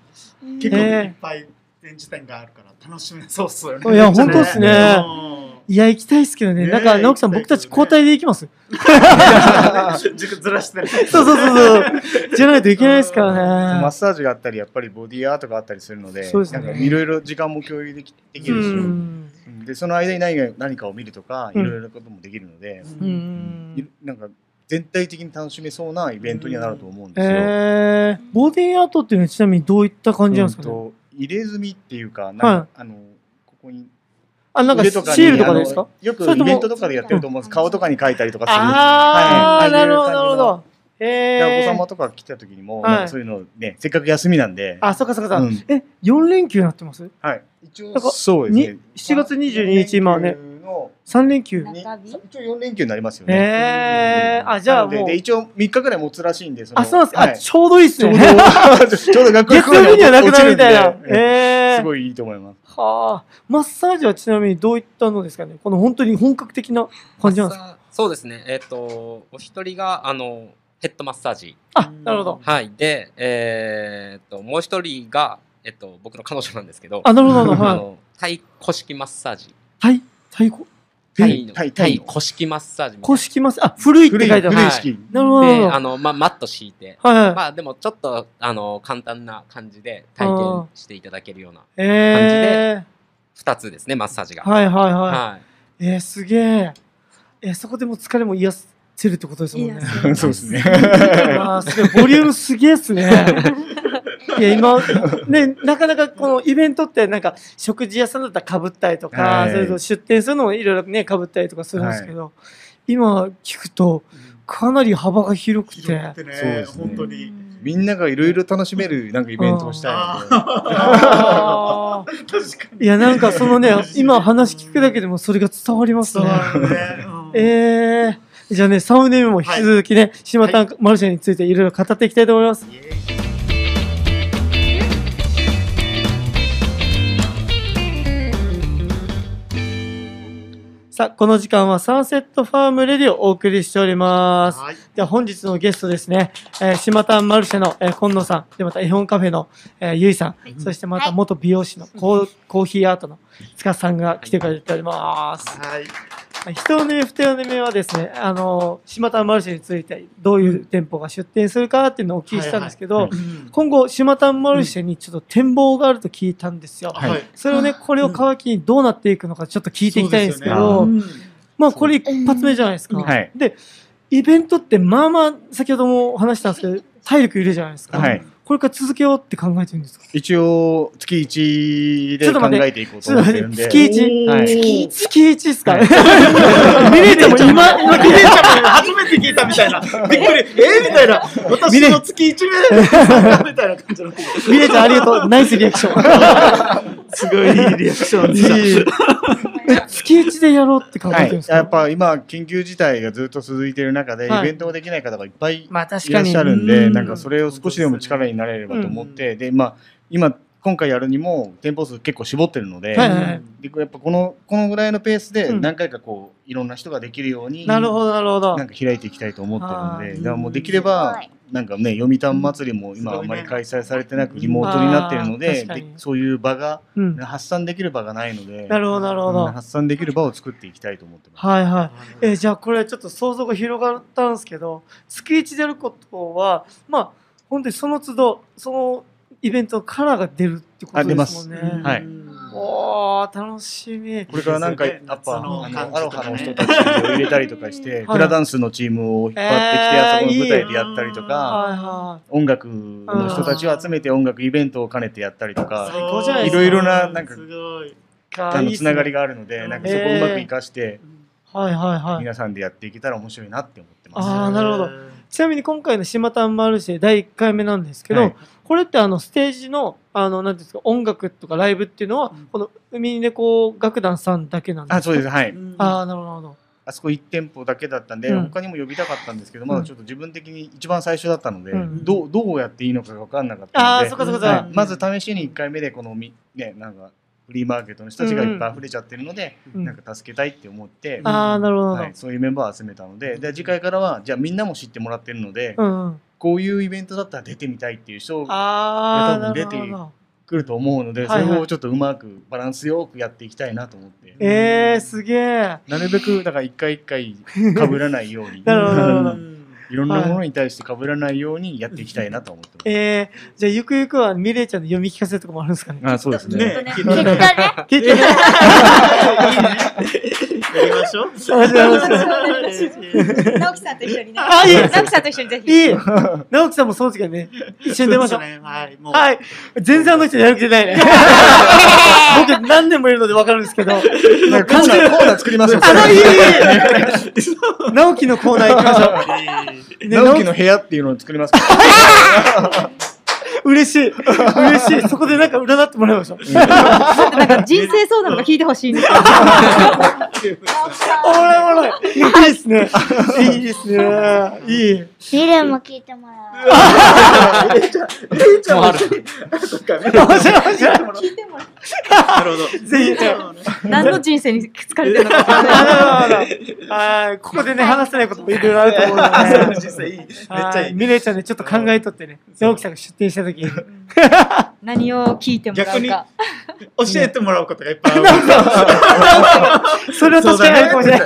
Speaker 2: 結構いっぱい展示展があるから楽しめそうっすよ
Speaker 1: い
Speaker 2: ね。
Speaker 1: や本当っすね
Speaker 2: うん
Speaker 1: いや、行きたいっすけどね。
Speaker 2: ねえ
Speaker 1: なんか、直樹さん、
Speaker 2: 行
Speaker 1: 僕
Speaker 2: きた
Speaker 1: た
Speaker 2: い
Speaker 1: ち
Speaker 2: けどね
Speaker 1: 交代で行きます。
Speaker 2: 軸ずらして (laughs) ね。
Speaker 1: そうそうそうそう。じゃないといけないですから
Speaker 6: マッ
Speaker 1: ね。
Speaker 6: サージがあったり、やっぱりボディアートがあったりするので、
Speaker 1: そうですね
Speaker 6: なんかいろいろ時間も共有できでき
Speaker 1: う
Speaker 6: るし、うん
Speaker 1: ん。
Speaker 6: で、その間に何が何かを見るとか、い
Speaker 1: うん
Speaker 6: ろいろなこともできるので、
Speaker 1: う
Speaker 6: い
Speaker 1: ん。
Speaker 6: なんか全体的に楽しめそうなイベントにはなると思うんですよ。
Speaker 1: えー、ボディアートっていうのはちなみにどういった感じなんですかね
Speaker 6: うんと入れ墨っていうか、なん
Speaker 1: は
Speaker 6: かあのここに
Speaker 1: あ、なんかシ
Speaker 6: 腕とかに
Speaker 1: ールとかですか
Speaker 6: あのよ
Speaker 1: それ
Speaker 6: く
Speaker 1: と
Speaker 6: イ
Speaker 1: も
Speaker 6: ベントとかでやってると思うんです。顔とかに書いたりとかする。
Speaker 1: あ
Speaker 6: は
Speaker 1: あ、
Speaker 6: い
Speaker 1: なるほど、
Speaker 6: ああいう感じ
Speaker 1: な
Speaker 6: の
Speaker 1: るほど。
Speaker 6: でお
Speaker 1: え
Speaker 6: 子様
Speaker 1: ー。
Speaker 6: とか来た時にも、
Speaker 1: はい
Speaker 6: なんかそういうのね、せっかく休みなんで、
Speaker 1: あ、そっかそっかそっか。
Speaker 6: うん
Speaker 1: え、4連休になってます
Speaker 6: はい。一
Speaker 1: な
Speaker 6: 応
Speaker 1: んか
Speaker 6: そうです
Speaker 1: に
Speaker 6: ね。
Speaker 1: 7月22日、今はね、
Speaker 6: の
Speaker 1: 3連休。
Speaker 6: に
Speaker 3: 中日
Speaker 6: 一応4連休になりますよね。
Speaker 1: えー、あ、じゃあ
Speaker 6: なので
Speaker 1: もう
Speaker 6: で、一応3日ぐらい持つらしいんで、その
Speaker 1: あ、そうなんですか。
Speaker 6: は
Speaker 1: あ、
Speaker 6: い
Speaker 1: ちょうどいいっす
Speaker 6: ちょうど、
Speaker 1: ね。
Speaker 6: ちょうど (laughs) 学校
Speaker 1: 月曜日にはなくなるみたいな
Speaker 6: 落。ちるんでえ
Speaker 1: え
Speaker 6: す
Speaker 1: ー。
Speaker 6: ごいいいと思います。
Speaker 1: はあ。マッサージはちなみにどういったのですかねこの本当に本格的な感じなんですか
Speaker 5: 朝そうですね。えっ、と、お一人が、あの、ヘッドマッサージ。
Speaker 1: あ、なるほど。
Speaker 5: はい。で、えっ、と、もう一人が、えっ、と、僕の彼女なんですけど、
Speaker 1: あ、なるほど、なるほど
Speaker 5: あ
Speaker 1: はい。
Speaker 5: の、タイ古式マッサージ。
Speaker 1: 太太鼓
Speaker 5: タイの
Speaker 6: タイ
Speaker 5: タ
Speaker 6: タイ
Speaker 5: イ
Speaker 6: の
Speaker 5: 古式マッサージみたい
Speaker 1: 古式マッサージ、あ、古いって
Speaker 6: 古い、
Speaker 1: 書いてある。
Speaker 6: 古
Speaker 1: はい
Speaker 5: い
Speaker 6: 式。
Speaker 1: なるほど。なるほ
Speaker 5: な。で、
Speaker 1: ど
Speaker 5: あの、ま、マット敷いて、
Speaker 1: はいはい。
Speaker 5: まあでもちょっと、あの、簡単な感じで体験していただけるような
Speaker 1: え
Speaker 5: 二つですね、マッサージが。
Speaker 1: ー。はいはい
Speaker 5: はい。
Speaker 1: は
Speaker 5: はい
Speaker 1: い。えー、すげえ。えー、そこでもう疲れも癒せるってことですもんね
Speaker 7: 癒。せ
Speaker 6: (laughs) そうですね。
Speaker 1: (laughs) あーすごいボリュームすげえっ
Speaker 2: (laughs)
Speaker 1: すね。いや、今、ね、なかなかこのイベントって、なんか、食事屋さんだったらかぶったりとか、
Speaker 6: はい
Speaker 1: それと出店するのもいろいろね、かぶったりとかするんですけど、今聞くと、かなり幅が広く
Speaker 2: 広
Speaker 1: て
Speaker 2: (laughs) く、て
Speaker 6: そう
Speaker 2: ね
Speaker 6: で、すね
Speaker 2: 本当に。
Speaker 6: みんながいろいろ楽しめるなんかイベントをしたいので。
Speaker 2: あ
Speaker 1: あ
Speaker 2: あ、確かに。
Speaker 1: ーいや、なんかそのね、今話聞くだけ
Speaker 2: で
Speaker 1: でもそれが伝わります
Speaker 2: 伝
Speaker 1: ね。
Speaker 2: わるね。うん
Speaker 1: えー、じゃあね、サムネイムも引き続きね、島田マルシェについていろいろ語っていきたいと思います。
Speaker 2: イエーイ
Speaker 1: さあ、この時間はサンセットファームレディをお送りしております。
Speaker 2: はい。
Speaker 1: では本日のゲストですね、えー、島田マルシェの、えー、今野さん、でまた絵本カフェの、えー、ゆいさん、そしてまた元美容師のコー,、コーヒーアートの塚さんが来てくれております。
Speaker 2: はい。
Speaker 1: 一目二目はですね、あのー島田マルシェについてどういう店舗が出店するかっていうのをお聞きしたんですけど、
Speaker 6: はいは
Speaker 1: 今後島田マルシェにちょっと展望があると聞いたんですよ。
Speaker 2: はい。
Speaker 1: それをね、これを皮切りにどうなっていくのかちょっと聞いていきたいんですけ
Speaker 6: そ
Speaker 1: ど、
Speaker 2: うん
Speaker 1: まあこれ一発目じゃないですか。
Speaker 6: うんはい
Speaker 1: で、イベントってまあまあ、先ほどもお話したんですけど、体力いるじゃないですか。
Speaker 6: はい。
Speaker 1: これから続けようって考えてるんですか
Speaker 6: 一応、月1
Speaker 1: ちょ
Speaker 6: で
Speaker 1: っと待
Speaker 6: 考
Speaker 1: って
Speaker 6: えていこう
Speaker 1: ち
Speaker 6: と
Speaker 1: ょ
Speaker 6: 思
Speaker 1: っと
Speaker 6: っ
Speaker 1: 待
Speaker 6: てる
Speaker 1: っ
Speaker 6: ん
Speaker 1: て、
Speaker 6: で。
Speaker 1: 月 1?
Speaker 6: はい
Speaker 1: 月一月1ですか
Speaker 6: は
Speaker 1: ミ (laughs) ネちゃんも今、今聞いてる
Speaker 2: 初めて聞いたみたいな。びっくり。えーみたいな。私の月一
Speaker 1: (laughs)
Speaker 2: 目みたいな感じの。
Speaker 1: ミネちゃんありがとう。ナイスリアクショ
Speaker 2: すごいいいリアクションでした。
Speaker 1: ン。 (laughs) え月1でやろうって考え
Speaker 6: は
Speaker 1: てるん
Speaker 6: い
Speaker 1: で、すか、
Speaker 6: やっぱ今、緊急事態がずっと続いてる中で、イ
Speaker 1: はい
Speaker 6: ベントができない方がいっぱい
Speaker 1: まあ確
Speaker 6: いら
Speaker 1: か
Speaker 6: っ
Speaker 1: に。
Speaker 6: しゃるんで、
Speaker 1: う
Speaker 6: なんかそれを少しでも力になれればと思って、で、まあ、今、今回やるにも店舗数結構絞ってるので、
Speaker 1: はいはいはい
Speaker 6: でやっぱこの、このぐらいのペースで
Speaker 1: うん
Speaker 6: 何回かこう、いろんな人ができるように、
Speaker 1: なるほど、なるほど
Speaker 6: なん。か開いていきたいと思ってるん
Speaker 1: あ
Speaker 6: で、
Speaker 1: ー
Speaker 6: だからもうできれば、なんかね、読谷祭りも今
Speaker 2: すごい
Speaker 6: あ
Speaker 2: ね
Speaker 6: んまり開催されてなくリモートになってるの
Speaker 1: あー
Speaker 6: で、
Speaker 1: 確かに
Speaker 6: でそういう場が、
Speaker 1: うん。
Speaker 6: 発散できる場がないので、
Speaker 1: なるほど、なるほ
Speaker 6: うん
Speaker 1: ど。
Speaker 6: 発散できる場を作っていきたいと思ってます。
Speaker 1: はいはい。えーじゃあこれちょっと想像が広がったんですけど月一でやることはまあ本当にその都度そのイベントのカラーが出るってことですもんね。
Speaker 6: ますはい
Speaker 1: おー楽しみ。
Speaker 6: これからなんか、やっぱ、
Speaker 2: そ
Speaker 6: あの
Speaker 2: の感じとかね
Speaker 6: アロハの人たちを入れたりとかして、フラダンスのチームを引っ張ってきて、あそこの舞台でやったりとか、
Speaker 1: はいは
Speaker 6: 音楽の人たちを集めて音楽イベントを兼ねてやっったりと
Speaker 1: 最
Speaker 6: か、
Speaker 1: 高じゃない
Speaker 6: ですかいろいろななんか
Speaker 2: すごい。
Speaker 1: い。か
Speaker 6: あの、つながり
Speaker 1: が。
Speaker 6: があるので、なんかそこをうまく活かして、
Speaker 1: はいはいはい。
Speaker 6: 皆さんでやっていけたら面白いなって思ってます。
Speaker 1: あーなるほどちなみに今回の島田マルシェ第1回目なんですけど、
Speaker 6: はい
Speaker 1: これってあのステージのあのなんていうんですか音楽とかライブっていうのは、この海猫楽団さんだけなんですか
Speaker 6: あ、そうです。はい。
Speaker 1: ああなるほどなるほど。
Speaker 6: あそこ1店舗だけだったんで、
Speaker 1: うん
Speaker 6: 他にも呼びたかったんですけど、
Speaker 1: ん
Speaker 6: まだちょっと自分的に一番最初だったので、
Speaker 1: うん
Speaker 6: どうどうやっていいのかが分かんなかっ
Speaker 1: あ
Speaker 6: た
Speaker 1: あ
Speaker 6: の
Speaker 1: そ
Speaker 6: で
Speaker 1: っ、かそっかそっ
Speaker 2: う
Speaker 1: か。
Speaker 6: はい、まず試しに1回目でこのみ、ね、なんかフリーマーケットの人たちがいっぱい溢れちゃってるので、
Speaker 1: うん
Speaker 6: なんか助けたいって思って、
Speaker 1: ああなるほどな
Speaker 6: は
Speaker 1: る
Speaker 6: い、そういうメンバーを集めたのでで次回からはじゃあみんなも知ってもらってるので、
Speaker 1: ほど。うんうん。
Speaker 6: こういうイベントだったら出てみたいっていう人
Speaker 1: ああ、
Speaker 6: いや多分
Speaker 1: な
Speaker 6: 出
Speaker 1: る
Speaker 6: て
Speaker 1: ほど。
Speaker 6: 来ると思うので、
Speaker 1: はいはい
Speaker 6: それをちょっとうまくバランスよくやっていきたいなと思って、
Speaker 1: えー、すげえ。
Speaker 6: なるべくだから一回一
Speaker 1: (laughs)
Speaker 6: 回被らないように
Speaker 1: なるほどなるほど
Speaker 6: いろんなものに対して被らないようにやっていきたいなと思ってます。
Speaker 1: えー、じゃあゆくゆくはミレイちゃんの読み聞かせとかもあるんですかね。
Speaker 6: あそうですね。
Speaker 2: ね
Speaker 7: きっとね。
Speaker 1: 聞い
Speaker 6: (laughs)
Speaker 1: てね。
Speaker 2: やりましょう。
Speaker 1: あじゃああじゃあ
Speaker 7: 直樹さんと一緒にね。
Speaker 1: あいい
Speaker 7: 直樹さんと一緒にぜひ。
Speaker 1: いい直樹さんもその時はね、一緒に出ましょう。
Speaker 2: はい、もう。
Speaker 1: はい。全然あの人やる気
Speaker 6: (laughs)
Speaker 1: ないね。僕何年もいるのでわかるんですけど。あ
Speaker 6: なんかコーナーコーナー作りましょう。
Speaker 1: の、いいいいいい直樹のコーナー行きましょう。ね
Speaker 6: 直樹の部屋っていうのを作りますか
Speaker 1: 嬉しい。嬉しい。そこでなんか占ってもらいましょう。
Speaker 7: なんか人生相談とか聞いてほしいんですよ。
Speaker 1: おもろいおもろい。いいですね。いいですね。いい。
Speaker 8: ビレも聞いてもらおう。
Speaker 5: もうある。
Speaker 1: 面白い面白い。
Speaker 2: なるほど。
Speaker 1: ぜひ。
Speaker 7: 何の人生に疲れてるのか。
Speaker 1: あなるほど。はい。ここでね、話せないこともいろいろあると思う
Speaker 2: あ、そう
Speaker 1: ので。
Speaker 2: 実際いい。めっちゃ
Speaker 1: はいい。
Speaker 2: い。
Speaker 1: ミレイちゃんでちょっと考えとってね。直樹さんが出店した時に。
Speaker 7: 何を聞いてもらうか。
Speaker 2: 逆に教えてもらうことがいっぱいある。
Speaker 1: それは確かにあるかもしれない。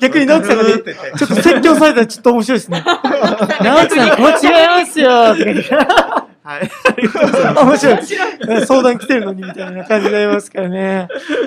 Speaker 1: 逆に直樹さんがね、
Speaker 2: てて。
Speaker 1: ちょっと説教されたらちょっと面白いです
Speaker 6: (laughs)
Speaker 1: ね。直樹さん、こっち違いますよとか
Speaker 2: はい。
Speaker 6: (laughs)
Speaker 1: 言って面白い。相談来てるのにみたいな感じになりますからね。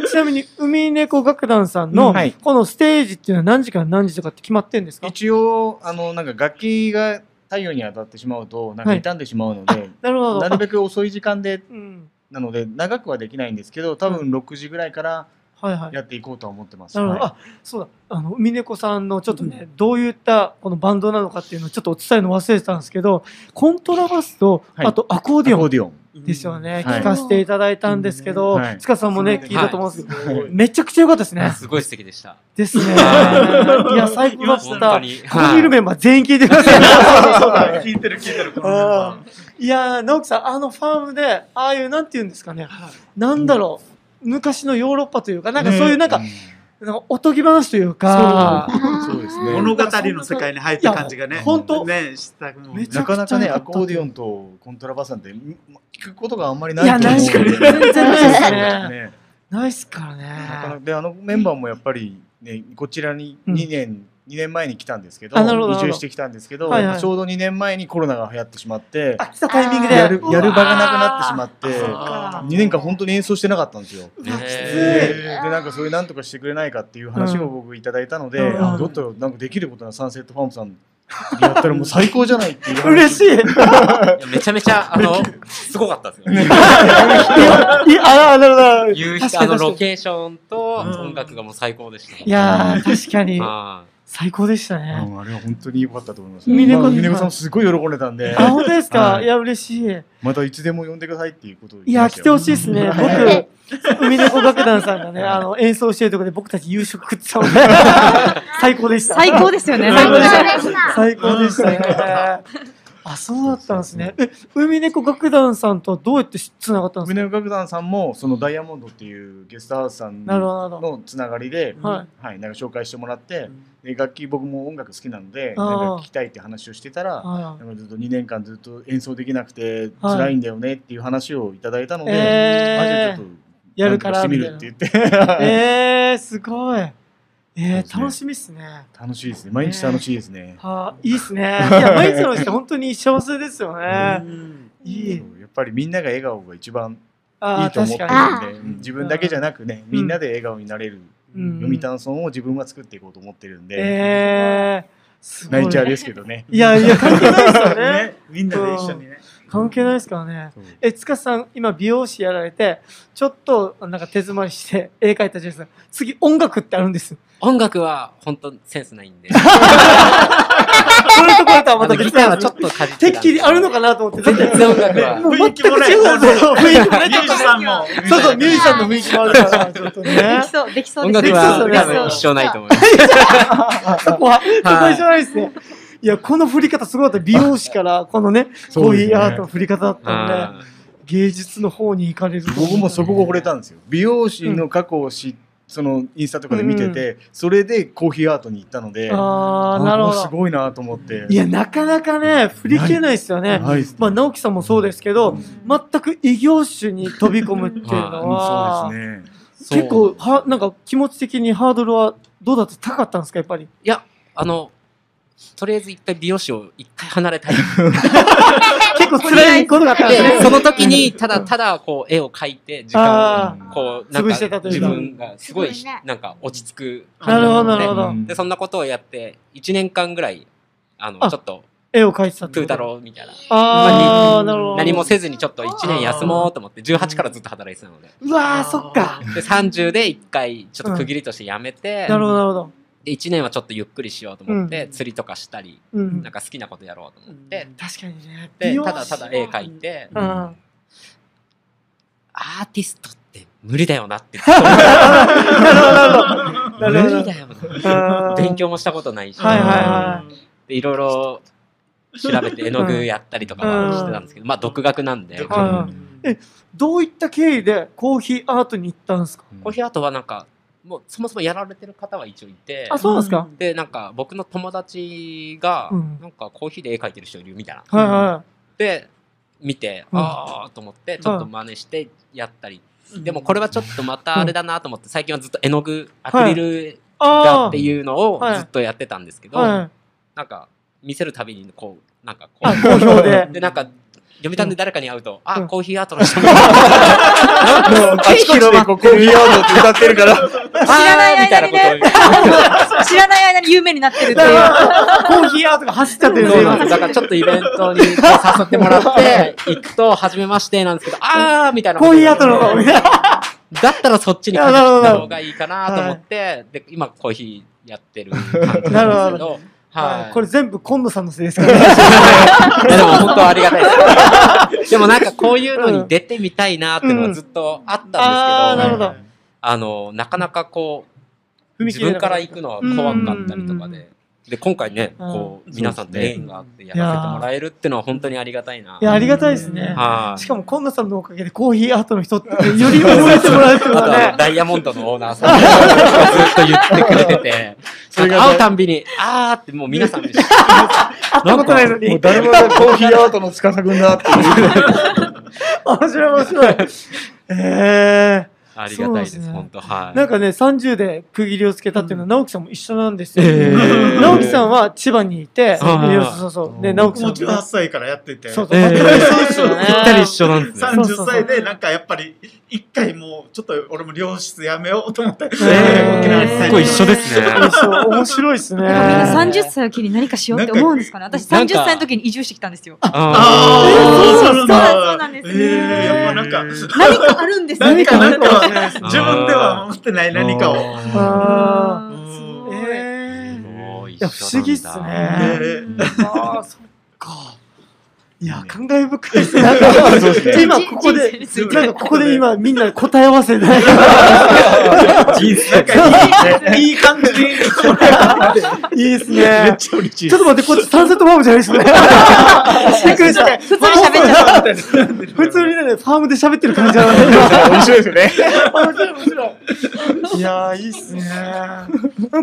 Speaker 1: ちなみに、海猫楽団さん
Speaker 6: う
Speaker 1: の
Speaker 6: んはい、
Speaker 1: このステージっていうのは何時から何時とかって決まってんです
Speaker 6: ら。
Speaker 1: か
Speaker 6: 一応、あの、なんか楽器が太陽に当たってしまうと、なんか傷んでしまうので、
Speaker 1: なるほど
Speaker 6: な。るべく遅い時間で、
Speaker 1: うん。
Speaker 6: なので、長くはできないんですけど、多分6時ぐらいから
Speaker 1: はいはい。
Speaker 6: やっていこうとは思ってます。
Speaker 1: なるほど。
Speaker 6: はい
Speaker 1: あ、そうだ。あの、海猫さんのちょっとね、どういったこのバンドなのかっていうのをちょっとお伝えるの忘れてたんですけど、コントラバスと、
Speaker 6: はい
Speaker 1: あとアコー
Speaker 6: アコ
Speaker 1: ディオ
Speaker 6: ー
Speaker 1: ン
Speaker 6: ディオン。
Speaker 2: (laughs)
Speaker 1: ですよね。
Speaker 6: はい
Speaker 1: 聞かせていただいたんですけど
Speaker 6: はい、
Speaker 1: 塚さんもね、
Speaker 2: はい
Speaker 1: 聞いたと思うんですけど、
Speaker 2: すごい
Speaker 1: めちゃくちゃ良かったですね。
Speaker 5: すごい素敵でした。
Speaker 1: (laughs) ですね。い
Speaker 5: は
Speaker 1: や、最高だっ
Speaker 5: 本
Speaker 1: た
Speaker 5: 当。に。
Speaker 1: ここにいるメンバー全員聞いてください。
Speaker 2: そうだ、聞いてる聞いてる。このメンバ
Speaker 1: いやー、直樹さん、あのファームで、ああいう、なんて言うんですかね、なんだろう、昔のヨーロッパというか、なんかそういう、なんか、なんかおとぎ話というか、
Speaker 6: そうです
Speaker 2: ー
Speaker 6: ね。
Speaker 2: 物語の世界に入った感じがね。
Speaker 1: いやほんと
Speaker 2: ね、したもん
Speaker 1: め
Speaker 2: ね
Speaker 1: っ。ちゃ
Speaker 6: なかなかね、アコーディオンとコントラバスなんてん聞くことがあんまりないと思うので。
Speaker 1: いや
Speaker 6: (laughs)
Speaker 1: ない全然ないですね
Speaker 6: そうね
Speaker 1: ないっすから
Speaker 6: なかなか
Speaker 1: ね。
Speaker 6: であのメンバーもやっぱり、ね、こちらに
Speaker 1: うん
Speaker 6: 2年、2年前に来たんですけど
Speaker 1: あなるほど
Speaker 6: 移住してきたんですけど、
Speaker 1: はいはい
Speaker 6: ちょうど2年前にコロナが流行ってしまって
Speaker 1: あ、来たタイミングで。
Speaker 6: やるやる場がなくなってし
Speaker 1: うわ
Speaker 6: まって
Speaker 2: そう
Speaker 6: 2
Speaker 2: か
Speaker 6: 年間本当に演奏してなかったんですよ。
Speaker 1: ー
Speaker 6: でなんかそういうなんとかしてくれないかっていう話を僕いただいたので、
Speaker 1: うん
Speaker 6: あだったらなんかできることならサンセットファームさんやったらもう最高じゃないっていう話
Speaker 1: 嬉しい。
Speaker 5: めちゃめちゃ、
Speaker 1: (laughs)
Speaker 5: あの、すごかったですよ。
Speaker 1: いやあら、なるほど。
Speaker 5: 夕
Speaker 1: 確
Speaker 5: 日
Speaker 1: か
Speaker 5: あ
Speaker 1: に
Speaker 5: の
Speaker 1: 確か
Speaker 5: ロ
Speaker 1: に。
Speaker 5: ケーションと
Speaker 2: うん
Speaker 5: 音楽がもう最高でした。
Speaker 1: いやー、確かに、
Speaker 5: は
Speaker 1: 最高でした
Speaker 6: う
Speaker 1: ね。
Speaker 6: んあれは本当に良かったと思います。
Speaker 1: 峰子
Speaker 6: まあ峰子さんもすごい喜んでたんで、
Speaker 1: あ、本当ですか
Speaker 6: はい
Speaker 1: いや、嬉しい。
Speaker 6: またいつでも呼んでくださいっていうことを
Speaker 1: い
Speaker 6: 言っ
Speaker 1: や、
Speaker 6: て
Speaker 1: 来て
Speaker 6: ま
Speaker 1: ほ
Speaker 6: し
Speaker 1: しいですね。
Speaker 8: え
Speaker 1: 僕、海猫楽団さんがね、あの、演奏してるところで僕たち夕食食ってた
Speaker 6: (laughs)
Speaker 1: ので、最高でした。
Speaker 7: 最高ですよね。
Speaker 1: 最高でし
Speaker 8: 最高でした
Speaker 1: た。最高で
Speaker 6: (laughs)
Speaker 1: したね。あ、そうだったんですね。え、海猫楽団さんとはどうやってつながったんです
Speaker 6: 宗岡さんさんもそのダイヤモンドっていうゲストハウスさん
Speaker 1: かなるほど、なるほ
Speaker 6: のつながりで、
Speaker 1: ど。はい。
Speaker 6: はい、なんか紹介してもらって、で楽器僕も音楽好きなので
Speaker 1: あー
Speaker 6: なんか聞きたいって話をしてたら。
Speaker 1: あ
Speaker 6: なんかずっと2年間ずっと演奏できなくて
Speaker 1: はい
Speaker 6: 辛いんだよねっていう話をいただいたので、
Speaker 1: えー
Speaker 6: あじゃあちょっと
Speaker 1: やるから
Speaker 6: なんとして
Speaker 1: み
Speaker 6: み
Speaker 1: たいな
Speaker 6: るって言って (laughs)
Speaker 1: えー、すごい。え
Speaker 6: そうです
Speaker 1: ー、楽し
Speaker 6: ね
Speaker 1: みっすね。
Speaker 6: 楽しいですね毎日楽しいですね、
Speaker 1: はあ、いいっすね。いや、毎日
Speaker 6: (laughs)
Speaker 1: の人、本当に幸せですよね。いい
Speaker 6: そ。うやっぱりみんなが笑顔が一番い
Speaker 1: あ
Speaker 6: い
Speaker 1: あ、
Speaker 6: と思っ
Speaker 1: 確
Speaker 6: て
Speaker 1: か
Speaker 6: るんで、うん自分だけじゃなくね、みんなで笑顔になれる
Speaker 1: に。うん
Speaker 6: 読谷村を自分は作っていこうと思ってるんで、
Speaker 1: えー、すごい。
Speaker 6: 泣いちゃうですけどね。
Speaker 1: いやいや、 (laughs) 関係ないですよね。
Speaker 2: ね、みんなで一緒にね。
Speaker 1: 関係ないですからね。
Speaker 6: そう
Speaker 1: え、つかさん、今美容師やられて、ちょっとなんか手詰まりして絵描いたじゃないですか。次音楽ってあるんです。
Speaker 5: い音楽は本当センスないんで。
Speaker 1: そういうところとは
Speaker 5: あ
Speaker 1: ま
Speaker 5: の
Speaker 1: た
Speaker 5: ギ
Speaker 1: 別
Speaker 5: ター
Speaker 1: なん
Speaker 5: は
Speaker 1: です
Speaker 5: ち
Speaker 1: よ
Speaker 5: ょっとかじってた
Speaker 1: て
Speaker 5: んで
Speaker 1: っきりあるのかなと思って。だって、
Speaker 5: 全然音楽は。
Speaker 1: もう全く違うん
Speaker 2: も
Speaker 1: ですよ。雰囲気もね。
Speaker 2: ミュージシャンも。
Speaker 1: そうそう、ミュージシャンの雰囲気もあるから、ちょっと
Speaker 7: で
Speaker 1: ね
Speaker 7: き。そう、できそう
Speaker 5: 音
Speaker 7: です
Speaker 5: 楽
Speaker 1: ね
Speaker 5: は
Speaker 1: そうそう
Speaker 5: 多分一生ないと思います。
Speaker 1: そこは、そこは一緒ないですね。いや、この振り方すごかった。美容師から、このね、コ
Speaker 6: そ
Speaker 1: ー
Speaker 6: う
Speaker 1: ヒ
Speaker 6: ですね
Speaker 1: ーアートの振り方だったので、
Speaker 5: あ
Speaker 1: 芸術の方に行かれると。
Speaker 6: (laughs) 僕もそこが惚れたんですよ。美容師の過去を知っそのインスタとかで見てて、それでコーヒーアートに行ったので
Speaker 1: あ
Speaker 6: あ
Speaker 1: あ、なるほ
Speaker 6: す
Speaker 1: ど。
Speaker 6: ごいなと思って
Speaker 1: いや、なかなかね、振り切れないですよね。
Speaker 6: はいです
Speaker 1: まあ、直樹さんもそうですけど、全く異業種に飛び込むっていうの
Speaker 6: そ
Speaker 1: は
Speaker 6: う、ですね
Speaker 5: そう
Speaker 1: 結構、は、なんか気持ち的にハードルはどうだった高かったんですか、やっぱり。
Speaker 5: いや、あの、とりあえず一回美容師を一回離れたい。
Speaker 1: 結構辛いことがあったんですね。 (laughs)
Speaker 5: で、その時に、ただただ、こう、絵を描いて、時間を、こう、なん
Speaker 1: 潰してた
Speaker 5: か、
Speaker 1: とい
Speaker 5: 自
Speaker 1: うか
Speaker 5: 分がすごい
Speaker 8: すごいね、
Speaker 5: なんか、落ち着く。
Speaker 1: なるほど、なるほ
Speaker 6: う
Speaker 1: ど。
Speaker 6: ん
Speaker 5: で、そんなことをやって、1年間ぐらい、あの、
Speaker 1: あ
Speaker 5: ちょっと、
Speaker 1: 絵を描いてたって
Speaker 5: プー
Speaker 1: こと
Speaker 5: 太郎みたいな。
Speaker 1: ああ、なるほど。
Speaker 5: 何もせずにちょっと1年休もうと思って、18からずっと働いてたので。
Speaker 1: うわー、そっか。
Speaker 5: で、30で1回、ちょっと区切りとしてやめて、
Speaker 1: なるほど、なるほど。
Speaker 5: で、1年はちょっとゆっくりしようと思って、
Speaker 1: うん
Speaker 5: 釣りとかしたり、
Speaker 1: うん
Speaker 5: なん。か好きなことやろうと思って、
Speaker 1: 確かにね。美
Speaker 5: で、
Speaker 1: 容師
Speaker 5: ただただ絵描いて、
Speaker 1: うん。あ (laughs)
Speaker 5: アーティストって無理だよ
Speaker 1: (laughs)
Speaker 5: なって。なるほ
Speaker 1: なるほど
Speaker 5: 無理だよな。
Speaker 1: ー
Speaker 5: 勉。強もしたことないし、
Speaker 1: はいはいはい。
Speaker 5: でいろいろ調べて絵の具やったりとかはしてたんですけど、まあ独学なんで、
Speaker 1: うんどういった経緯でコーヒーアートに行ったんですか
Speaker 5: コーヒーアートはなんか、もうそもそもやられてる方は一応いて、
Speaker 1: あ、そうなんですか
Speaker 5: で、なんか僕の友達が
Speaker 1: うん、
Speaker 5: なんかコーヒーで絵描いてる人いるみたいな。
Speaker 1: はいは
Speaker 5: で、見て、
Speaker 1: うん
Speaker 5: あーと思って、ちょっと真似してやったり。でもこれはちょっとまたあれだなと思って、最近はずっと絵の具、アクリル
Speaker 1: い。あ
Speaker 5: が
Speaker 1: あ
Speaker 5: っていうのを
Speaker 1: はい
Speaker 5: ずっとやってたんですけど、
Speaker 1: はい。
Speaker 5: なんか見せるたびにこうなんかこ
Speaker 1: あ、
Speaker 5: う
Speaker 1: 好評で。
Speaker 5: でなんか読みたんで誰かに会うと、
Speaker 1: う
Speaker 5: あ
Speaker 1: ん
Speaker 5: コーヒーアートの人も
Speaker 1: (laughs)
Speaker 6: あちこちでこうコーヒーアートって歌ってる
Speaker 1: (laughs)
Speaker 6: から
Speaker 5: 知ら
Speaker 7: ない
Speaker 5: みたいなことを言う
Speaker 7: 知らない間に有名にな
Speaker 1: (laughs)
Speaker 7: ってるって
Speaker 1: だか
Speaker 7: いう。
Speaker 1: らコーヒーアートが走っちゃってる
Speaker 5: そうなん
Speaker 1: 今
Speaker 5: ですだからちょっとイベントにこう誘ってもらって行くと初めましてなんですけどあーみたいな
Speaker 1: コーヒーアートの方が。
Speaker 5: だったらそっちにかけた方がいいかなと思って、で今コーヒーやってる感じなんですけ
Speaker 1: なるほ
Speaker 5: ど
Speaker 1: は
Speaker 5: はいい
Speaker 1: これ全部今野さんのせいですからね。
Speaker 5: いやでも本当ありがたいです。でもなんかこういうのに出てみたいなっていうのがずっとあったんですけど、
Speaker 1: あーなるほど。
Speaker 5: あの、なかなかこう、
Speaker 1: 踏み
Speaker 5: 自
Speaker 1: 切れ
Speaker 5: 分
Speaker 1: な
Speaker 5: か
Speaker 1: かった
Speaker 5: ら行くのは怖かったりとか
Speaker 1: うんうん
Speaker 5: で、で、今回ね、こう、皆さんと縁があってやらせてもらえるっていうのは本当にありがたいな。
Speaker 1: いや、ありがたいですね。
Speaker 5: はい。
Speaker 1: しかも、今野さんのおかげでコーヒーアートの人って、より覚えてもらえてる
Speaker 5: あ
Speaker 1: の
Speaker 5: (laughs) と
Speaker 1: は
Speaker 5: あの
Speaker 1: ね。
Speaker 5: ダイヤモンドのオーナーさんがずっと言ってくれてて、なんか会うたんびに、あーってもう皆さんでし
Speaker 1: 会ったことないのに。
Speaker 6: もう
Speaker 1: 面
Speaker 6: 誰もがコーヒーアートの司君だって
Speaker 1: 白い、面白い。え
Speaker 5: ありがたいです、
Speaker 1: そうですね
Speaker 5: 本当は
Speaker 1: え
Speaker 5: い。
Speaker 1: なんかね、30で区切りをつけたっていうのは、直樹さんも一緒なんですよ。
Speaker 5: えー
Speaker 1: 直樹さんは千葉にいて、
Speaker 5: そうなんだ
Speaker 1: そうそうそう。で、直樹さん
Speaker 2: も
Speaker 1: も
Speaker 2: う18歳からやってて。
Speaker 1: そうそう。
Speaker 5: え
Speaker 1: 全
Speaker 5: ー
Speaker 1: く一緒ですよね
Speaker 5: ぴったり一緒なんですね。
Speaker 1: そうそうそう
Speaker 2: 30歳でなんかやっぱり一回もうちょっと俺も良質やめようと思って、
Speaker 1: ー
Speaker 2: 沖縄に帰って
Speaker 5: すごい一緒ですね。
Speaker 1: そう面白いですね。
Speaker 7: みんな
Speaker 1: え
Speaker 7: 30歳を機に何かしようって思うんですかね。私
Speaker 5: なん
Speaker 7: 30
Speaker 5: か
Speaker 7: 歳の時に移住してきたんですよ。
Speaker 2: ああ、
Speaker 7: そうそうなんですね
Speaker 2: ええやっぱなんか、
Speaker 7: 何かあるんですよ
Speaker 2: なん
Speaker 7: ね。
Speaker 2: か、なん
Speaker 7: あ
Speaker 2: か、自分では思ってない何かを。
Speaker 5: を。
Speaker 1: あ
Speaker 7: ーす
Speaker 1: ー
Speaker 7: ごい。
Speaker 1: えー
Speaker 5: もう
Speaker 1: いや、
Speaker 5: 一緒なんだ
Speaker 1: 不思議っすね。
Speaker 2: え
Speaker 1: ああ、そっか。いや、感慨深いですね。なんか
Speaker 6: そうです
Speaker 1: (laughs)
Speaker 6: ね
Speaker 1: 今ここ
Speaker 7: 人生
Speaker 1: で
Speaker 7: につい、て
Speaker 1: なんかここで今みんな答え合わ
Speaker 7: (laughs)
Speaker 1: せで。
Speaker 2: なんかいいいい感じに、
Speaker 1: いいです
Speaker 2: めっ
Speaker 1: ね。
Speaker 2: ちゃ嬉しい
Speaker 1: ちょっと待って、こっちサンセットファームじゃないで
Speaker 7: (laughs)
Speaker 1: すよね。びっくりした。
Speaker 7: 普通に喋っちゃった。
Speaker 1: 普通にね、ファームで喋ってる感じだね。
Speaker 6: 面白いですよね
Speaker 1: (laughs) 面白い、面白い。いやー、いいっすね。 (laughs)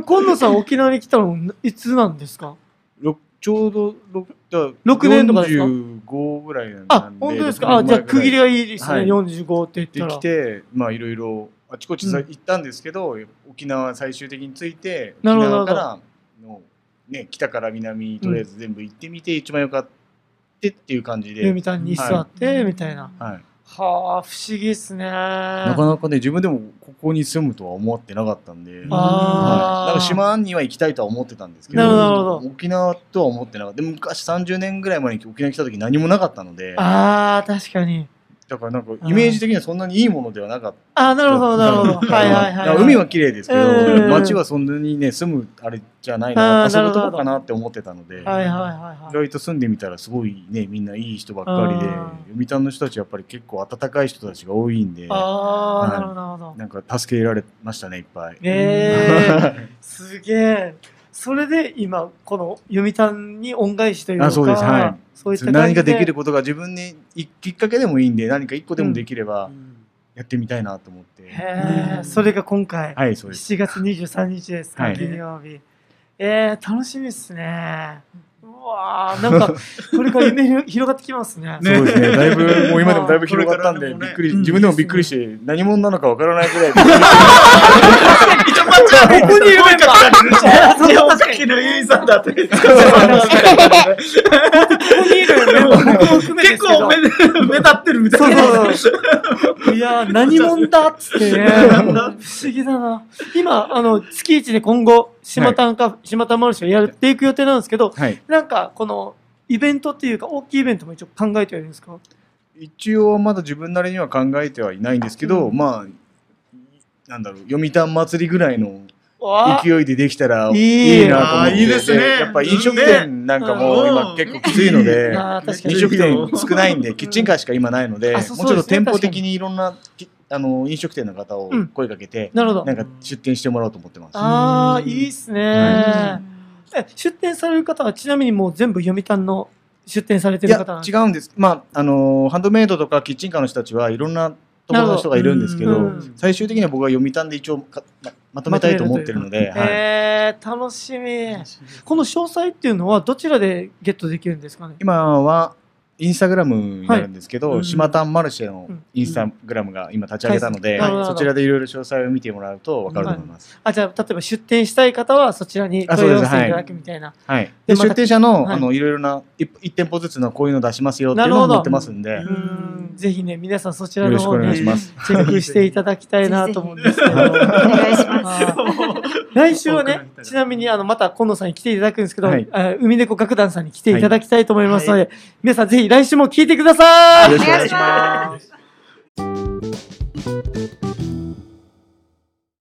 Speaker 1: 今野さん、沖縄に来たのいつなんですか
Speaker 6: ろちょうど6
Speaker 1: 六年とかですか
Speaker 6: 45ぐらいなんで
Speaker 1: あ、本当ですか。あ、じゃあ区切りがいいですね。
Speaker 6: はい
Speaker 1: 45って
Speaker 6: で
Speaker 1: 言った
Speaker 6: き
Speaker 1: ら。
Speaker 6: てまあいろいろあちこちさ
Speaker 1: うん
Speaker 6: 行ったんですけど、沖縄最終的について沖
Speaker 1: なるほど
Speaker 6: 縄からの、ね、北から南とりあえず全部行ってみて、一番良かったっていう感じで、
Speaker 1: ゆみたんに座って、みたいな。
Speaker 6: はい、
Speaker 1: はあ、不思議っすね。
Speaker 6: なかなかね自分でもここに住むとは思ってなかったんで、はい、
Speaker 1: あー
Speaker 6: なんか島には行きたいとは思ってたんですけ
Speaker 1: な
Speaker 6: ど
Speaker 1: るほどなるほど
Speaker 6: 沖縄とは思ってなかったでも昔30年ぐらい前に沖縄に来た時何もなかったので
Speaker 1: あー、確かに。
Speaker 6: だからなんかイメージ的にはそんなにいいものではなかった。
Speaker 1: あー、なるほど、なるほど。はいはい
Speaker 6: だか
Speaker 1: は
Speaker 6: ら
Speaker 1: い。
Speaker 6: 海は綺麗ですけ
Speaker 1: うん
Speaker 6: ど、街はそんなにね、住むあれじゃない
Speaker 1: あ
Speaker 6: な、
Speaker 1: ーな
Speaker 6: 遊
Speaker 1: る
Speaker 6: ぶ
Speaker 1: ほど
Speaker 6: とこかなって思ってたので、
Speaker 1: はいはいは
Speaker 6: 意
Speaker 1: いはい。
Speaker 6: 外と住んでみたらすごいね、みんないい人ばっかりで
Speaker 1: あ、
Speaker 6: 読谷の人たちやっぱり結構温かい人たちが多いんで、
Speaker 1: あ
Speaker 6: は
Speaker 1: ー、
Speaker 6: い
Speaker 1: なるほど、なるほど。
Speaker 6: なんか助けられましたね、いっぱい。
Speaker 1: えー、
Speaker 6: (laughs)
Speaker 1: すげえ。それで今、この読谷に恩返しというか、
Speaker 6: あそうですはい
Speaker 1: そういった感じ
Speaker 6: 何かできることが自分にいきっかけでもいいんで、何か一個でもできれば、やってみたいなと思って。
Speaker 1: へーそれが今回、
Speaker 6: はい、そうです。
Speaker 1: 7月23日ですか、
Speaker 6: はい
Speaker 1: 金曜日。えー、楽しみですね。うわー、なんか、これから夢広広がってきますね。
Speaker 6: そうですね。だいぶ、もう今でもだいぶ
Speaker 2: まあ
Speaker 6: 広がったん
Speaker 2: これからで
Speaker 6: で、
Speaker 2: もね
Speaker 6: びっくり、
Speaker 1: うん
Speaker 6: 自分でもびっくりして、何者なのかわからないくらい。
Speaker 1: (laughs)
Speaker 2: ここにいるメンバー日本式のユイさんだって。結構目目立ってるみたいな。
Speaker 1: そうそう。いやー、何者だっつってね。不思議だな。今、あの、月一で今後、島田か、島田マルシェをやっていく予定なんですけど、
Speaker 6: はい。
Speaker 1: なんか、この、イベントっていうか、大きいイベントも一応考えてはいるんですか
Speaker 6: 一応、まだ自分なりには考えてはいないんですけど、まあ、なんだろう、読谷祭りぐらいの
Speaker 1: わ
Speaker 6: 勢いでできたら
Speaker 1: いい
Speaker 6: いいなと思って。
Speaker 2: あーいいですね
Speaker 6: でやっぱ飲食店なんかも
Speaker 2: ね
Speaker 6: 今結構きついの
Speaker 1: ー
Speaker 6: で、
Speaker 1: あー確か
Speaker 6: (laughs) 飲
Speaker 1: に。
Speaker 6: 食店少ないんで、キッチンカーしか今ないので、も
Speaker 1: あ
Speaker 6: うち
Speaker 1: そ
Speaker 6: ょ
Speaker 1: う
Speaker 6: っ
Speaker 1: そうで
Speaker 6: と
Speaker 1: すね
Speaker 6: 店舗的にいろんな、きあの、飲食店の方を
Speaker 1: うん
Speaker 6: 声かけて、
Speaker 1: なるほど
Speaker 6: な。んか出店してもらおうと思ってます。
Speaker 1: ああ、いいっすね、え出店される方はちなみにもう全部読谷の出店されて
Speaker 6: い
Speaker 1: る
Speaker 6: や
Speaker 1: 方なん、
Speaker 6: 違うんです。まあ、あのー、ハンドメイドとかキッチンカーの人たちはいろんなところの人がいるんですけ
Speaker 1: なる
Speaker 6: ど
Speaker 1: ほどうん、
Speaker 6: 最終的には僕は読谷で一応かままとめたいと思ってるので、はい
Speaker 1: えー、楽しみ。この詳細っていうのはどちらでゲットできるんですかね
Speaker 6: 今は、インスタグラムになるんですけ
Speaker 1: はいう
Speaker 6: ど、
Speaker 1: ん
Speaker 6: 島タンマルシェの
Speaker 1: うん
Speaker 6: インスタグラムが今立ち上げたので、
Speaker 1: はいなるほど
Speaker 6: そちらでいろいろ詳細を見てもらうと分かると思います。
Speaker 1: あ、じゃあ、例えば出店したい方はそちらに
Speaker 6: あ
Speaker 1: 問い合わ
Speaker 6: そう
Speaker 1: せ
Speaker 6: で
Speaker 1: い
Speaker 6: す
Speaker 1: た
Speaker 6: は
Speaker 1: だ
Speaker 6: い
Speaker 1: くみたいな。
Speaker 6: はい。
Speaker 1: で
Speaker 6: で、
Speaker 1: また
Speaker 6: 出店者の、
Speaker 1: はい
Speaker 6: あの、いろいろな、い一店舗ずつのこういうの出しますよっていうの
Speaker 1: なる
Speaker 6: を
Speaker 1: ほど
Speaker 6: 載ってますんで、
Speaker 1: う
Speaker 6: よ
Speaker 1: ん、ぜひね、皆さんそちら
Speaker 6: ろ
Speaker 1: の
Speaker 6: しくお
Speaker 1: 方
Speaker 6: 願い
Speaker 1: に
Speaker 6: します。
Speaker 1: チェックしていただきたいなと思うんですけど。
Speaker 7: ぜひぜひお願いします
Speaker 1: あー来週はね、ちなみにあのまた今野さんに来ていただくんですけど、
Speaker 6: はい
Speaker 1: あー海猫楽団さんに来ていただきたいと思いますので、皆さんぜひ来週も聞いてください
Speaker 6: よろしくお
Speaker 7: お願
Speaker 6: 願
Speaker 7: い
Speaker 6: い
Speaker 7: し
Speaker 6: し
Speaker 7: ま
Speaker 6: ますす。